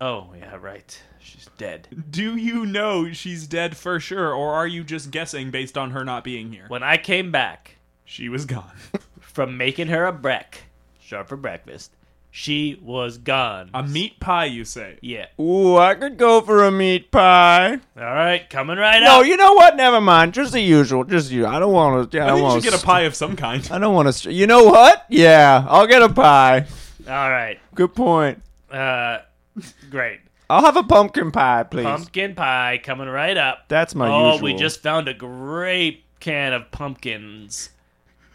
Oh yeah, right. She's dead.
(laughs) Do you know she's dead for sure, or are you just guessing based on her not being here?
When I came back
She was gone.
from making her a breck, short for breakfast, she was gone.
A meat pie, you say?
yeah.
Ooh, I could go for a meat pie.
All right, coming right
No,
up.
you know what? Never mind. Just the usual. Just you. I don't want to.
(laughs)
I
I
don't
think you
want
should get a pie of some (laughs) kind.
I don't want to. St- you know what? Yeah, I'll get a pie.
All right.
Good point.
Uh, great.
I'll have a pumpkin pie, (laughs) please.
Pumpkin pie coming right up.
That's my
oh,
usual.
we just found a great can of pumpkins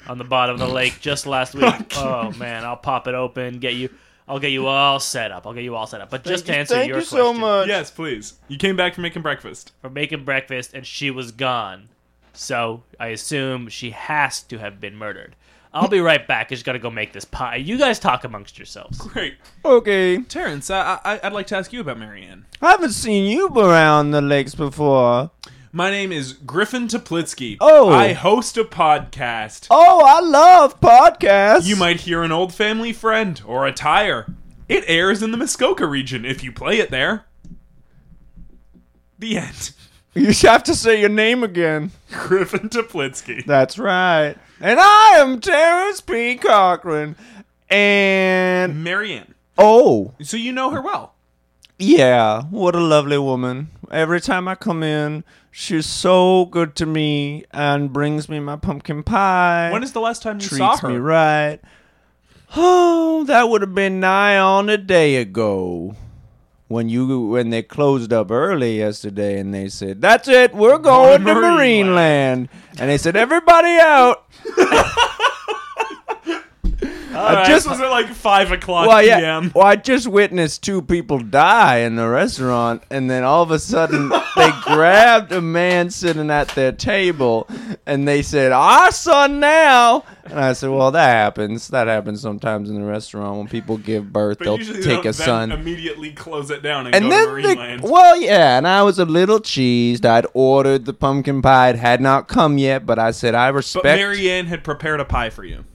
on the bottom of the lake just
(laughs)
last week. oh man, I'll pop it open, get you. I'll get you all set up. I'll get you all set up. But just to answer
Thank
your
you
question,
so much.
Yes, please. You came back from making breakfast.
for making breakfast, and she was gone. So I assume she has to have been murdered. I'll be right back. I just gotta go make this pie. You guys talk amongst yourselves.
Great.
Okay.
Terrence, I, I, I'd like to ask you about Marianne.
I haven't seen you around the lakes before.
My name is Griffin Toplitsky.
Oh.
I host a podcast.
Oh, I love podcasts.
You might hear an old family friend or a tire. It airs in the Muskoka region if you play it there. The end.
You have to say your name again.
(laughs) Griffin Toplitsky.
That's right. And I am Terrence P. Cochran. And
Marianne.
oh,
So you know her well.
yeah, what a lovely woman. Every time I come in, she's so good to me and brings me my pumpkin pie.
When is the last time you
treats
saw her?
me right. Oh, that would have been nigh on a day ago. When you when they closed up early yesterday and they said, That's it, we're going to
Marine
Marine Land. And they said, Everybody out.
Uh, I
just-
just was at like five o'clock
Well, yeah.
p.m.
Well, I just witnessed two people die in the restaurant, and then all of a sudden
(laughs)
they grabbed a man sitting at their table, and they said, "Our son now." And I said, "Well, that happens. That happens sometimes in the restaurant when people give birth.
But
they'll
usually
take
they
a son."
Immediately close it down and,
and
go
then
to Marine
they-
Land.
well, yeah, and I was a little cheesed. I'd ordered the pumpkin pie; it had not come yet, but I said I
But
respect.
Marianne had prepared a pie for you.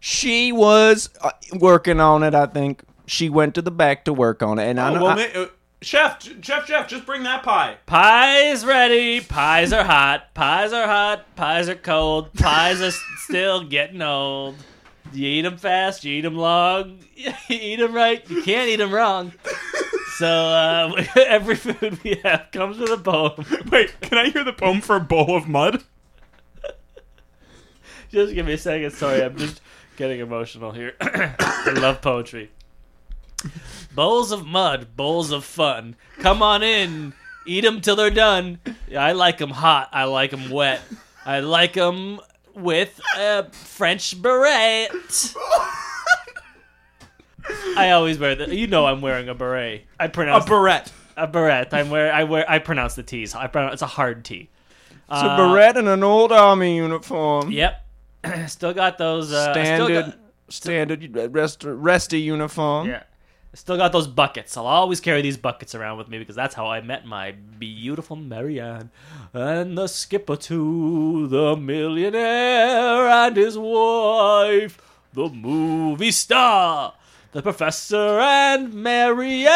she was uh, working on it. I think she went to the back to work on it, and I
Oh,
know.
well,
I-
ma- uh, chef, J- chef, chef, just bring that pie.
Pies ready. Pies are hot. Pies are hot. Pies are cold. Pies are s- still getting old. You eat them fast. You eat them long. (laughs) You eat them right. You can't eat them wrong. So uh, (laughs) every food we have comes with a poem. (laughs)
Wait, can I hear the poem for Bowl of Mud?
Just give me a second. Sorry, I'm just getting emotional here. (coughs) I love poetry. Bowls of mud, bowls of fun. Come on in, eat 'em till they're done. I like 'em hot, I like 'em wet. I like 'em with a French beret. I always wear the. You know, I'm wearing a beret. I
A
pronounce a,
barrette.
beret. I'm wear. I wear. I pronounce the T's. I pronounce it's a hard T.
It's a
Uh,
beret and an old army uniform.
Yep. (clears throat) still got those. Uh, I Still
standard,
got,
uh,
standard rest, resty uniform.
Yeah. I Still got those buckets. I'll always carry these buckets around with me because that's how I met my beautiful Marianne. And the skipper too, the millionaire and his wife, the movie star, the professor and Marianne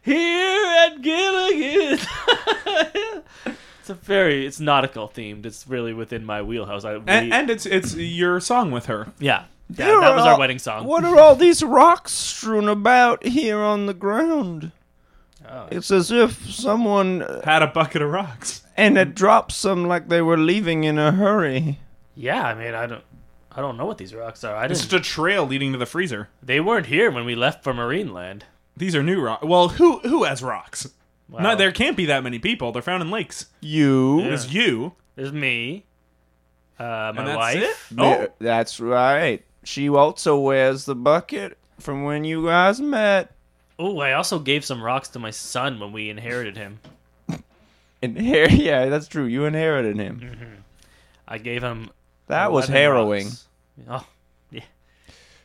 here at Gilligan. (laughs) it's a very, it's nautical themed. It's really within my wheelhouse. I, we,
And, and it's it's your song with her.
yeah, yeah,
Here
that was our
are-
wedding song.
What are all these rocks strewn about here on the ground?
Oh.
It's as if someone uh,
(laughs)
Had a bucket of rocks.
and had dropped some like they were leaving in a hurry.
Yeah, I mean, I don't, I don't know what these rocks are. I
It's
didn't.
just a trail leading to the freezer.
they weren't here when we left for Marineland.
These are new rocks. Well, who who has rocks?
Wow.
No, there can't be that many people. They're found in lakes.
You.
Yeah.
There's you.
There's me, uh, my
and that's
wife.
it? Oh,
That's right. She also wears the bucket from when you guys met.
Oh, I also gave some rocks to my son when we inherited him.
And here, (laughs) yeah, that's true. You inherited him.
I gave him.
That was
11
harrowing.
Mm. rocks. Oh, yeah.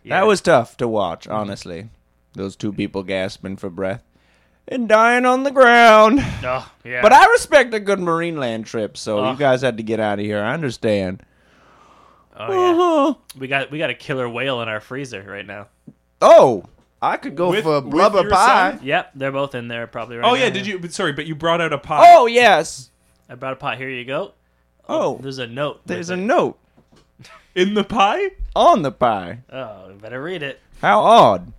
Yeah.
That was tough to watch, honestly. Those two people gasping for breath and dying on the ground.
Oh, yeah.
But I respect a good marine land trip, so
Ugh.
you guys had to get out of here. I understand.
oh,
Uh-huh.
yeah. We got we got a killer whale in our freezer right now.
Oh, I could go
With-
for a
with
blubber
your
pie.
son?
Yep, they're both in there probably right
oh
now.
yeah. Did you? But sorry, but you brought out a pot.
Oh, yes.
I brought a pot. Here you go.
Oh,
There's a note.
there's a
with
note
in the pie. (laughs)
on the pie.
it. Oh, you better read it.
How odd.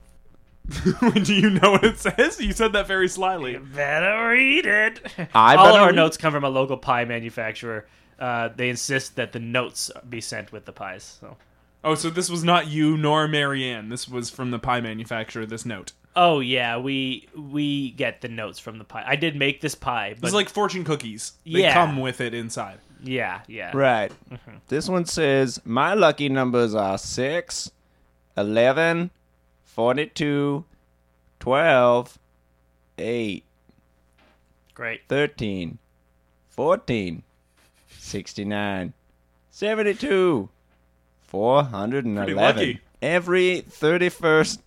Do you know what it says? You said that very slyly.
Better read it.
I
All
better
our
read-
notes come from a local pie manufacturer. Uh, they insist that the notes be sent with the pies. So.
Oh, so this was not you nor Marianne. This was from the pie manufacturer. This note.
Oh yeah, we we get the notes from the pie. I did make this pie, but
It's like fortune cookies. They
Yeah.
come with it inside.
yeah, yeah.
Right.
Mm-hmm.
This one says my lucky numbers are 6, 11, 42, 12, 8,
Great.
13, 14, 69, 72, 411.
lucky.
Every 31st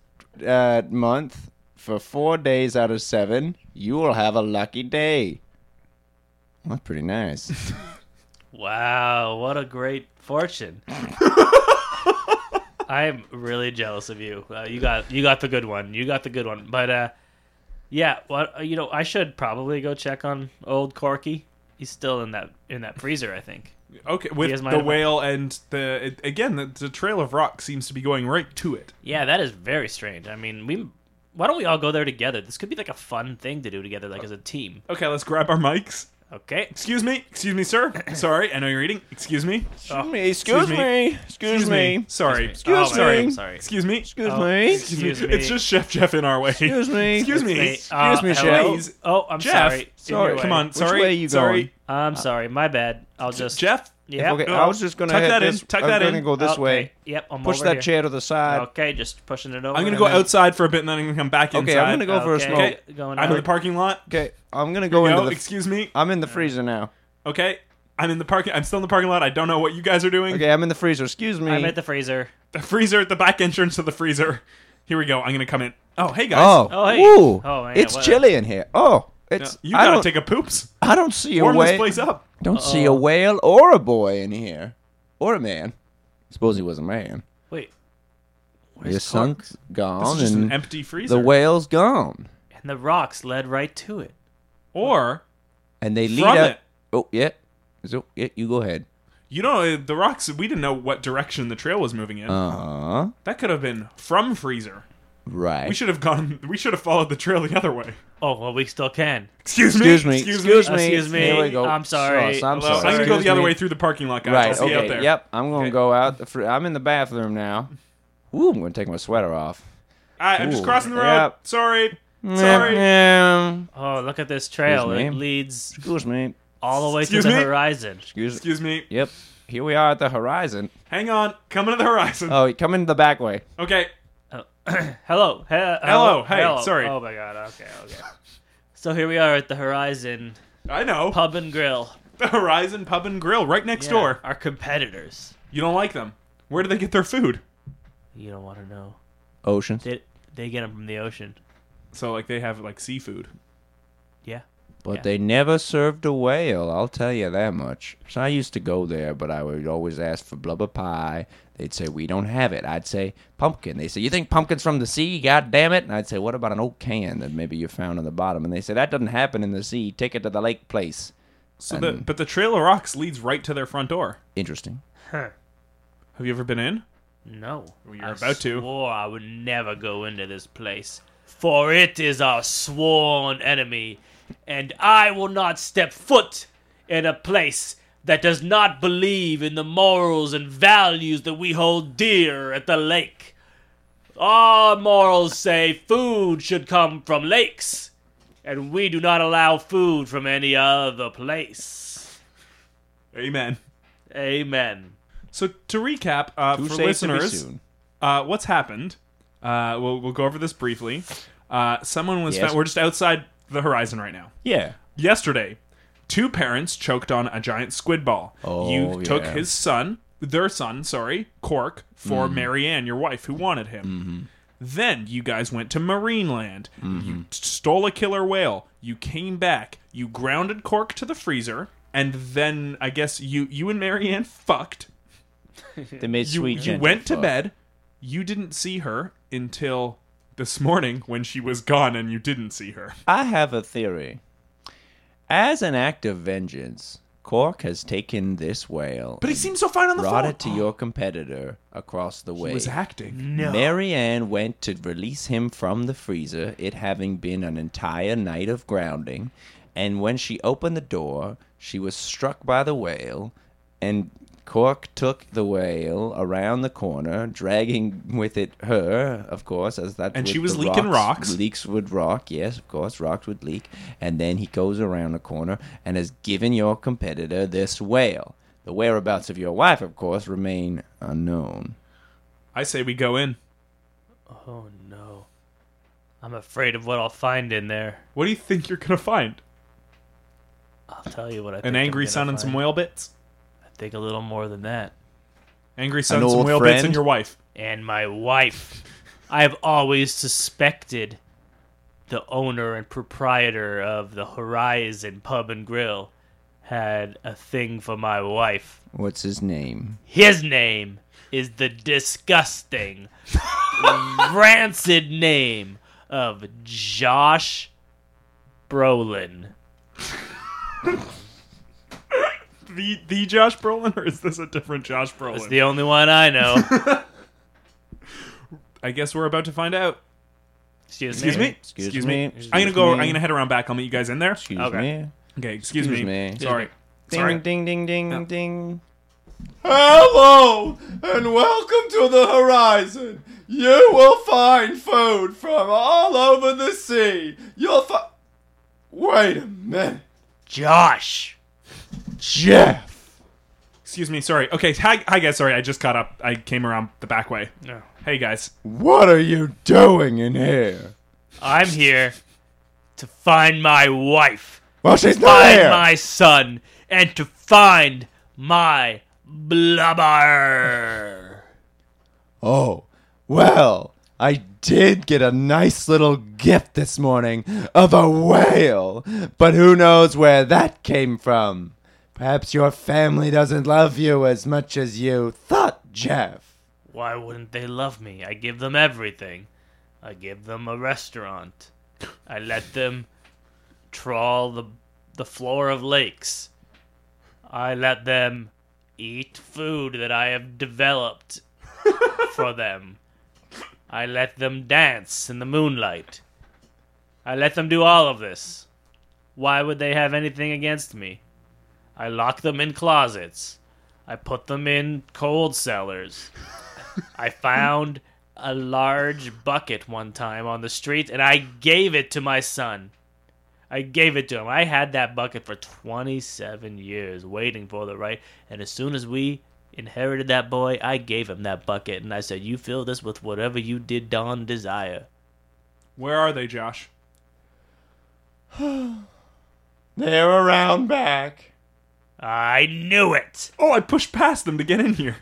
uh, month for four days out of seven, you will have a lucky day. Well, that's pretty nice.
Wow, what a great (laughs) fortune. I'm really jealous of you. Uh, you got you got the good one. You got the good one. But uh yeah, what you know, I should probably go check on old Corky. He's still in that in that freezer, I think.
Okay,
has
with
my
the
number.
whale and the it- again the, the trail of rock seems to be going right to it.
Yeah, that is very strange. I mean, we why don't we all go there together? This could be like a fun thing to do together like as a team.
Okay, let's grab our mics.
Okay.
Excuse me, excuse
(coughs)
me, sir. Sorry, I know you're eating. Excuse me.
excuse me, excuse
me.
me, excuse me,
Sorry.
Excuse
me.
Sorry, I'm sorry.
Excuse me.
excuse
Oh,
me,
excuse me.
It's just Chef Jeff in our way.
excuse me,
Excuse me.
Excuse me,
me,
uh, hello?
Jeff.
Oh, I'm
Jeff.
sorry.
Sorry,
Anyway,
Come on.
Which
Sorry.
way are you
sorry.
going?
I'm sorry. My bad. I'll just
Jeff.
Yeah.
Okay,
No.
I was just gonna
Tuck
head
that in,
this-
tuck
I'm
that
gonna
in.
go this
Okay,
way.
Yep, I'm
Push
over
that
here.
chair to the side.
Okay, just pushing it over.
I'm gonna go
minute.
outside for a bit and then I'm gonna come back
Okay,
inside.
I'm gonna go for a
Okay.
smoke.
Okay.
Going
I'm in
out.
the parking lot.
Okay, I'm gonna go
No,
into the. Uh,
excuse me.
I'm in the freezer now.
Okay. I'm in the parking. I'm still in the parking lot. I don't know what you guys are doing.
Okay, I'm in the freezer. Excuse me.
I'm at the freezer.
The freezer at the back entrance to the freezer. Here we go. I'm gonna come in. Oh, hey guys.
oh,
Oh, hey.
Ooh,
Oh, man,
it's
what a-
chilly in here. Oh, it's.
You
I
gotta
don't.
take a poops.
I don't see a
Warm this
whale.
place up.
Don't see a whale or a boy in here, or a man. Suppose he was a man.
Wait. Where's
His
Cork?
sunk's
This is
gone,
just an
and
empty freezer.
the whale's gone,
And the rocks led right to it.
or
and they lead
From
up.
it.
Oh, yeah. So, yeah, you go ahead.
you know uh, the rocks. We didn't know what direction the trail was moving in.
Uh huh.
that could have been from freezer.
Right.
We should have gone. (laughs) We should have followed the trail the other way.
Oh well, we still can.
Excuse me.
Excuse me. Excuse me.
Excuse me.
Here we go.
I'm sorry.
Sauce, I'm sorry.
Hello. I'm gonna go
Excuse
the other
me.
way through the parking lot, guys.
Right.
I'll see you
okay.
out there.
Yep. I'm gonna
Okay.
go out. The fr- I'm in the bathroom now. Ooh, I'm gonna take my sweater off.
I, I'm just
Ooh.
crossing the road.
Yep.
Sorry. Sorry.
Mm, mm.
Oh, look at this trail.
Excuse
It
me.
leads
Excuse me.
all the way
Excuse
to the
me?
horizon.
Excuse.
Excuse me.
Yep. Here we are at the horizon.
Hang on. Coming to the horizon.
Oh, you come into the back way.
okay.
Oh, (clears throat) Hello. He-
Hello. Hey, sorry.
Oh my god. Okay. Okay. So here we are at the Horizon
I know.
Pub and Grill.
The Horizon Pub and Grill right next
Yeah,
door.
Our competitors.
You don't like them. Where do they get their food?
You don't want to know.
Ocean.
They they get them from the ocean.
So like they have like seafood.
Yeah.
But
Yeah.
they never served a whale, I'll tell you that much. So I used to go there, but I would always ask for blubber pie. They'd say, We don't have it. I'd say, Pumpkin. They say, You think pumpkin's from the sea? God damn it. And I'd say, What about an old can that maybe you found on the bottom? And they say, That doesn't happen in the sea. Take it to the lake place.
So the but the Trail of Rocks leads right to their front door.
Interesting.
Have you ever been in?
No.
you're
I
about to.
swore I would never go into this place, for it is our sworn enemy, and I will not step foot in a place that does not believe in the morals and values that we hold dear at the lake. Our morals say food should come from lakes, and we do not allow food from any other place.
Amen.
Amen.
So to recap, uh, for
safe to be
listeners,
soon.
uh, what's happened? Uh, we'll we'll go over this briefly. Uh, someone was
Yes.
found. We're just outside the horizon right now.
Yeah.
Yesterday, two parents choked on a giant squid ball.
Oh,
you took
yeah. Mm-hmm.
his son, their son, sorry, Cork, for Marianne, your wife, who wanted him. Then you guys went to Marineland.
Mm-hmm.
You t- stole a killer whale. You came back. You grounded Cork to the freezer, and then I guess you you and Marianne (laughs) fucked.
They made
You,
sweet
you
gin.
went to bed. You didn't see her until this morning when she was gone, and you didn't see her.
I have a theory. As an act of vengeance, Cork has taken this whale,
But he
and
seemed so fine on the
brought
phone.
it to your competitor across the
(gasps)
way.
He was acting.
Marianne went to release him from the freezer, it having been an entire night of grounding. And when she opened the door, she was struck by the whale, and Cork took the whale around the corner, dragging with it her, of course, as that.
And
what
she was
the
leaking
rocks.
rocks.
Leaks would rock, yes, of course, rocks would leak. And then he goes around the corner and has given your competitor this whale. The whereabouts of your wife, of course, remain unknown.
I say we go in.
Oh no. I'm afraid of what I'll find in there.
What do you think you're gonna find?
I'll tell you what I think.
An
I'm
angry
gonna
sun and some
find.
whale bits.
I think a little more than that.
Angry sun,
An
some
old
whale bits, and
friend?
your wife.
And my wife. I've always suspected the owner and proprietor of the Horizon Pub and Grill had a thing for my wife.
What's his name?
His name is
(laughs)
the disgusting, rancid name of Josh Brolin.
The the Josh Brolin, or is this a different Josh
It's
Brolin?
the only one
(laughs)
I know.
I guess we're about to find out.
Excuse me.
Excuse me.
Excuse me.
I'm gonna go.
me.
I'm gonna head around back. I'll meet you guys in there.
Excuse
Okay.
me.
Okay. Excuse,
Excuse
me.
me.
Sorry.
Ding,
Sorry.
ding, ding, ding, ding.
Hello and welcome to the horizon. You will find food from all over the sea. You'll find. Wait a minute.
Josh.
Jeff.
Excuse me. Sorry. Okay. Hi, hi guys. Sorry. I just caught up. I came around the back way. No. Hey guys.
What are you doing in here?
I'm here to find my wife,
Well, she's not
find
here.
my son, and to find my blubber.
Oh, well, I did get a nice little gift this morning of a whale, but who knows where that came from? Perhaps your family doesn't love you as much as you thought, Jeff.
Why wouldn't they love me? I give them everything. I give them a restaurant. I let them trawl the the floor of lakes. I let them eat food that I have developed for them. I let them dance in the moonlight. I let them do all of this. Why would they have anything against me? I lock them in closets. I put them in cold cellars. I found a large bucket one time on the street and I gave it to my son. I gave it to him. I had that bucket for 27 years waiting for the right. And as soon as we inherited that boy, I gave him that bucket and I said, You fill this with whatever you did don desire.
Where are they, Josh?
They're around back.
I knew it.
Oh, I pushed past them to get in here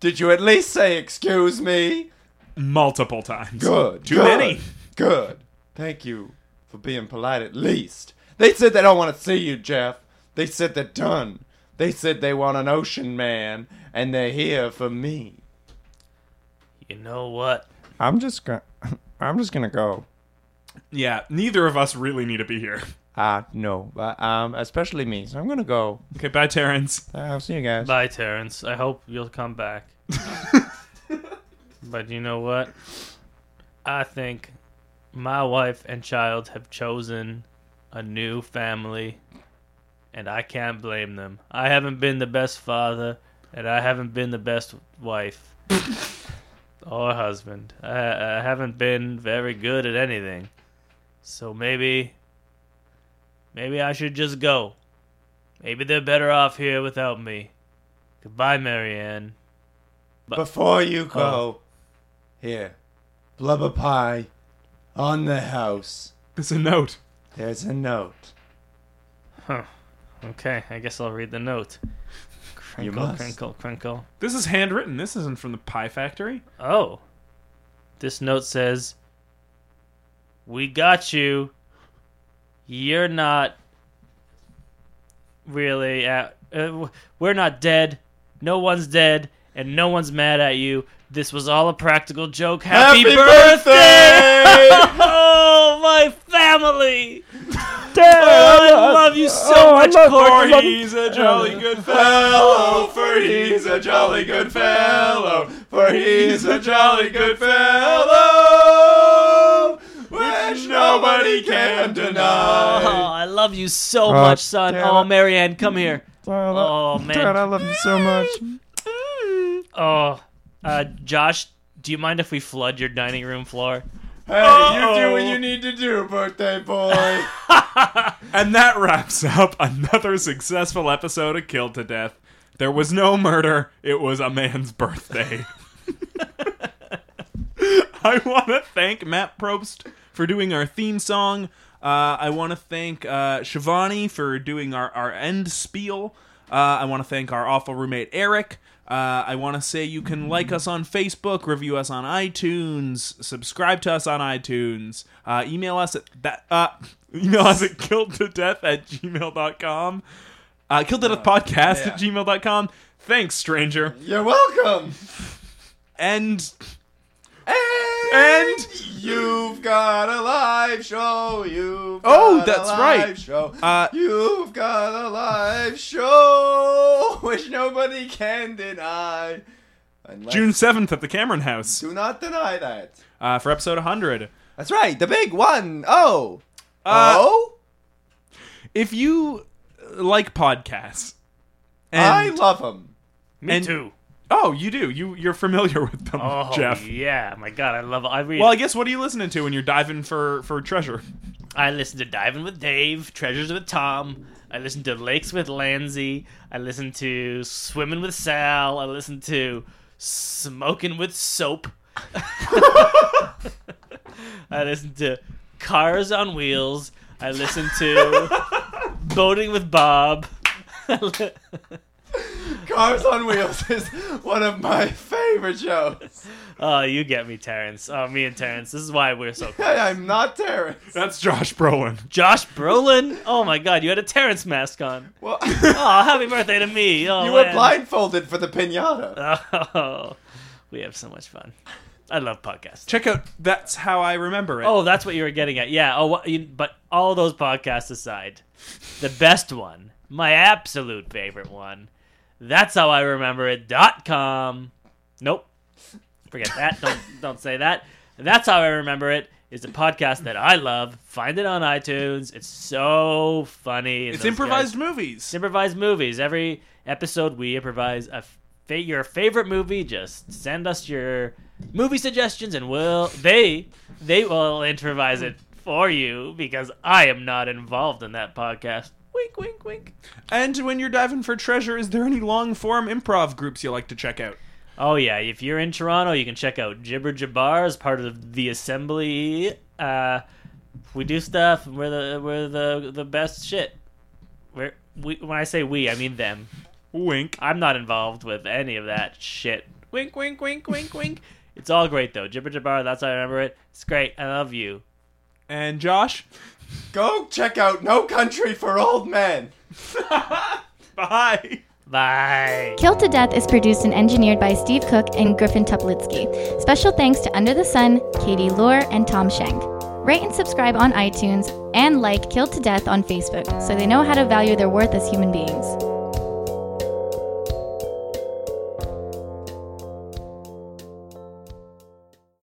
Did you at least say excuse me?
multiple times.
Good.
Too
good,
many.
Good. Thank you for being polite at least. They said they don't want to see you, Jeff. They said they're done. They said they want an ocean man, and they're here for me.
You know what?
I'm just gonna. (laughs) I'm just gonna go.
Yeah. Neither of us really need to be here.
Uh, no, but um, especially me. So I'm gonna go.
Okay. Bye, Terrence.
I'll see you guys.
Bye, Terrence. I hope you'll come back. but you know what? I think my wife and child have chosen a new family and I can't blame them. I haven't been the best father, and I haven't been the best wife or husband. I, I haven't been very good at anything. So maybe, maybe I should just go. Maybe they're better off here without me. Goodbye, Marianne.
Before you
Uh-huh.
go, here, blubber pie, on the house.
There's a note.
There's a note.
Okay, I guess I'll read the note. Crinkle,
You must.
crinkle, crinkle.
This is handwritten. This isn't from the Pie Factory.
Oh. This note says, We got you. You're not really at. Uh, w- we're not dead. No one's dead. And no one's mad at you. This was all a practical joke. Happy,
Happy
birthday! (laughs) oh, my family! Dad, Oh, I love you so much, Corey.
For he's a jolly good fellow. For he's a jolly good fellow. For he's a jolly good fellow. Which nobody can
Oh,
deny.
I love you so much, son.
damn
Oh,
it.
Marianne, come here. Oh
God, I
man.
love you so much.
Oh, uh, Josh, do you mind if we flood your dining room floor?
Hey, you do what you need to do, birthday boy.
(laughs) And that wraps up another successful episode of Killed to Death. There was no murder, it was a man's birthday. (laughs) I want to thank Matt Probst for doing our theme song. Uh, I want to thank uh, Shivani for doing our, our end spiel. Uh, I want to thank our awful roommate, Eric. Uh, I want to say you can like us on Facebook, review us on iTunes, subscribe to us on iTunes, uh, email us at that uh, (laughs) email us at killed to death at gmail.com. Uh, killed to death podcast at gmail.com. Thanks, stranger.
You're welcome.
And
And you've got a live show. You've
Oh,
got
that's
a live
right.
Show.
uh,
You've got a live show (laughs) which nobody can deny. Unless-
June 7th at the Cameron House.
Do not deny that.
uh, for episode 100.
That's right. The big one. Oh.
Uh,
oh.
If you uh, like podcasts,
I
and
love him.
Me
And-
too.
oh, you do. You you're familiar (laughs) with them,
Oh
Jeff.
yeah, my God, I love. I read.
Well, I guess what are you listening to when you're diving for for
(laughs)
treasure?
I listen to Diving with Dave, Treasures with Tom. I listen to Lakes with Lanzi. I listen to Swimming with Sal. I listen to Smoking with Soap. I listen to Cars on Wheels. I listen to Boating with Bob. (laughs)
Cars on Wheels is (laughs) one of my favorite shows.
Oh, you get me, Terrence. Oh, me and Terrence. This is why we're so (laughs) close.
Hey, I'm not Terrence.
That's Josh Brolin.
Josh Brolin? Oh my god, you had a Terrence mask on.
Well, (laughs)
Oh, happy birthday to me. Oh,
you were
man.
blindfolded for the pinata.
(laughs) Oh, we have so much fun. I love podcasts.
Check out. That's how I remember it.
Oh, that's what you were getting at. Yeah. Oh, what- you- but all those podcasts aside, the best one, my absolute favorite one, that's how I remember it. Dot com. Nope. Forget
(laughs)
that. don't don't say that. That's how I remember it. Is a podcast that I love. Find it on iTunes. It's so funny. and
it's
those guys-
improvised movies.
improvise movies. Every episode we improvise a fa- your favorite movie. Just send us your movie suggestions, and we'll they they will improvise it for you because I am not involved in that podcast. Wink, wink, wink.
and when you're diving for treasure, is there any long form improv groups you like to check out?
Oh yeah, if you're in Toronto, you can check out Jibber Jabbar as part of the Assembly. Uh, we do stuff. We're the we're the the best shit. We're, we when I say we, I mean them.
Wink.
I'm not involved with any of that shit. Wink, wink, wink, wink, wink. It's all great though. Jibber jabbar. That's how I remember it. It's great. I love you.
And Josh.
Go check out No Country for Old Men.
Bye.
Bye.
Kill to Death is produced and engineered by Steve Cook and Griffin Tuplitsky. Special thanks to Under the Sun, Katie Lohr, and Tom Schenk. Rate and subscribe on iTunes and like Kill to Death on Facebook so they know how to value their worth as human beings.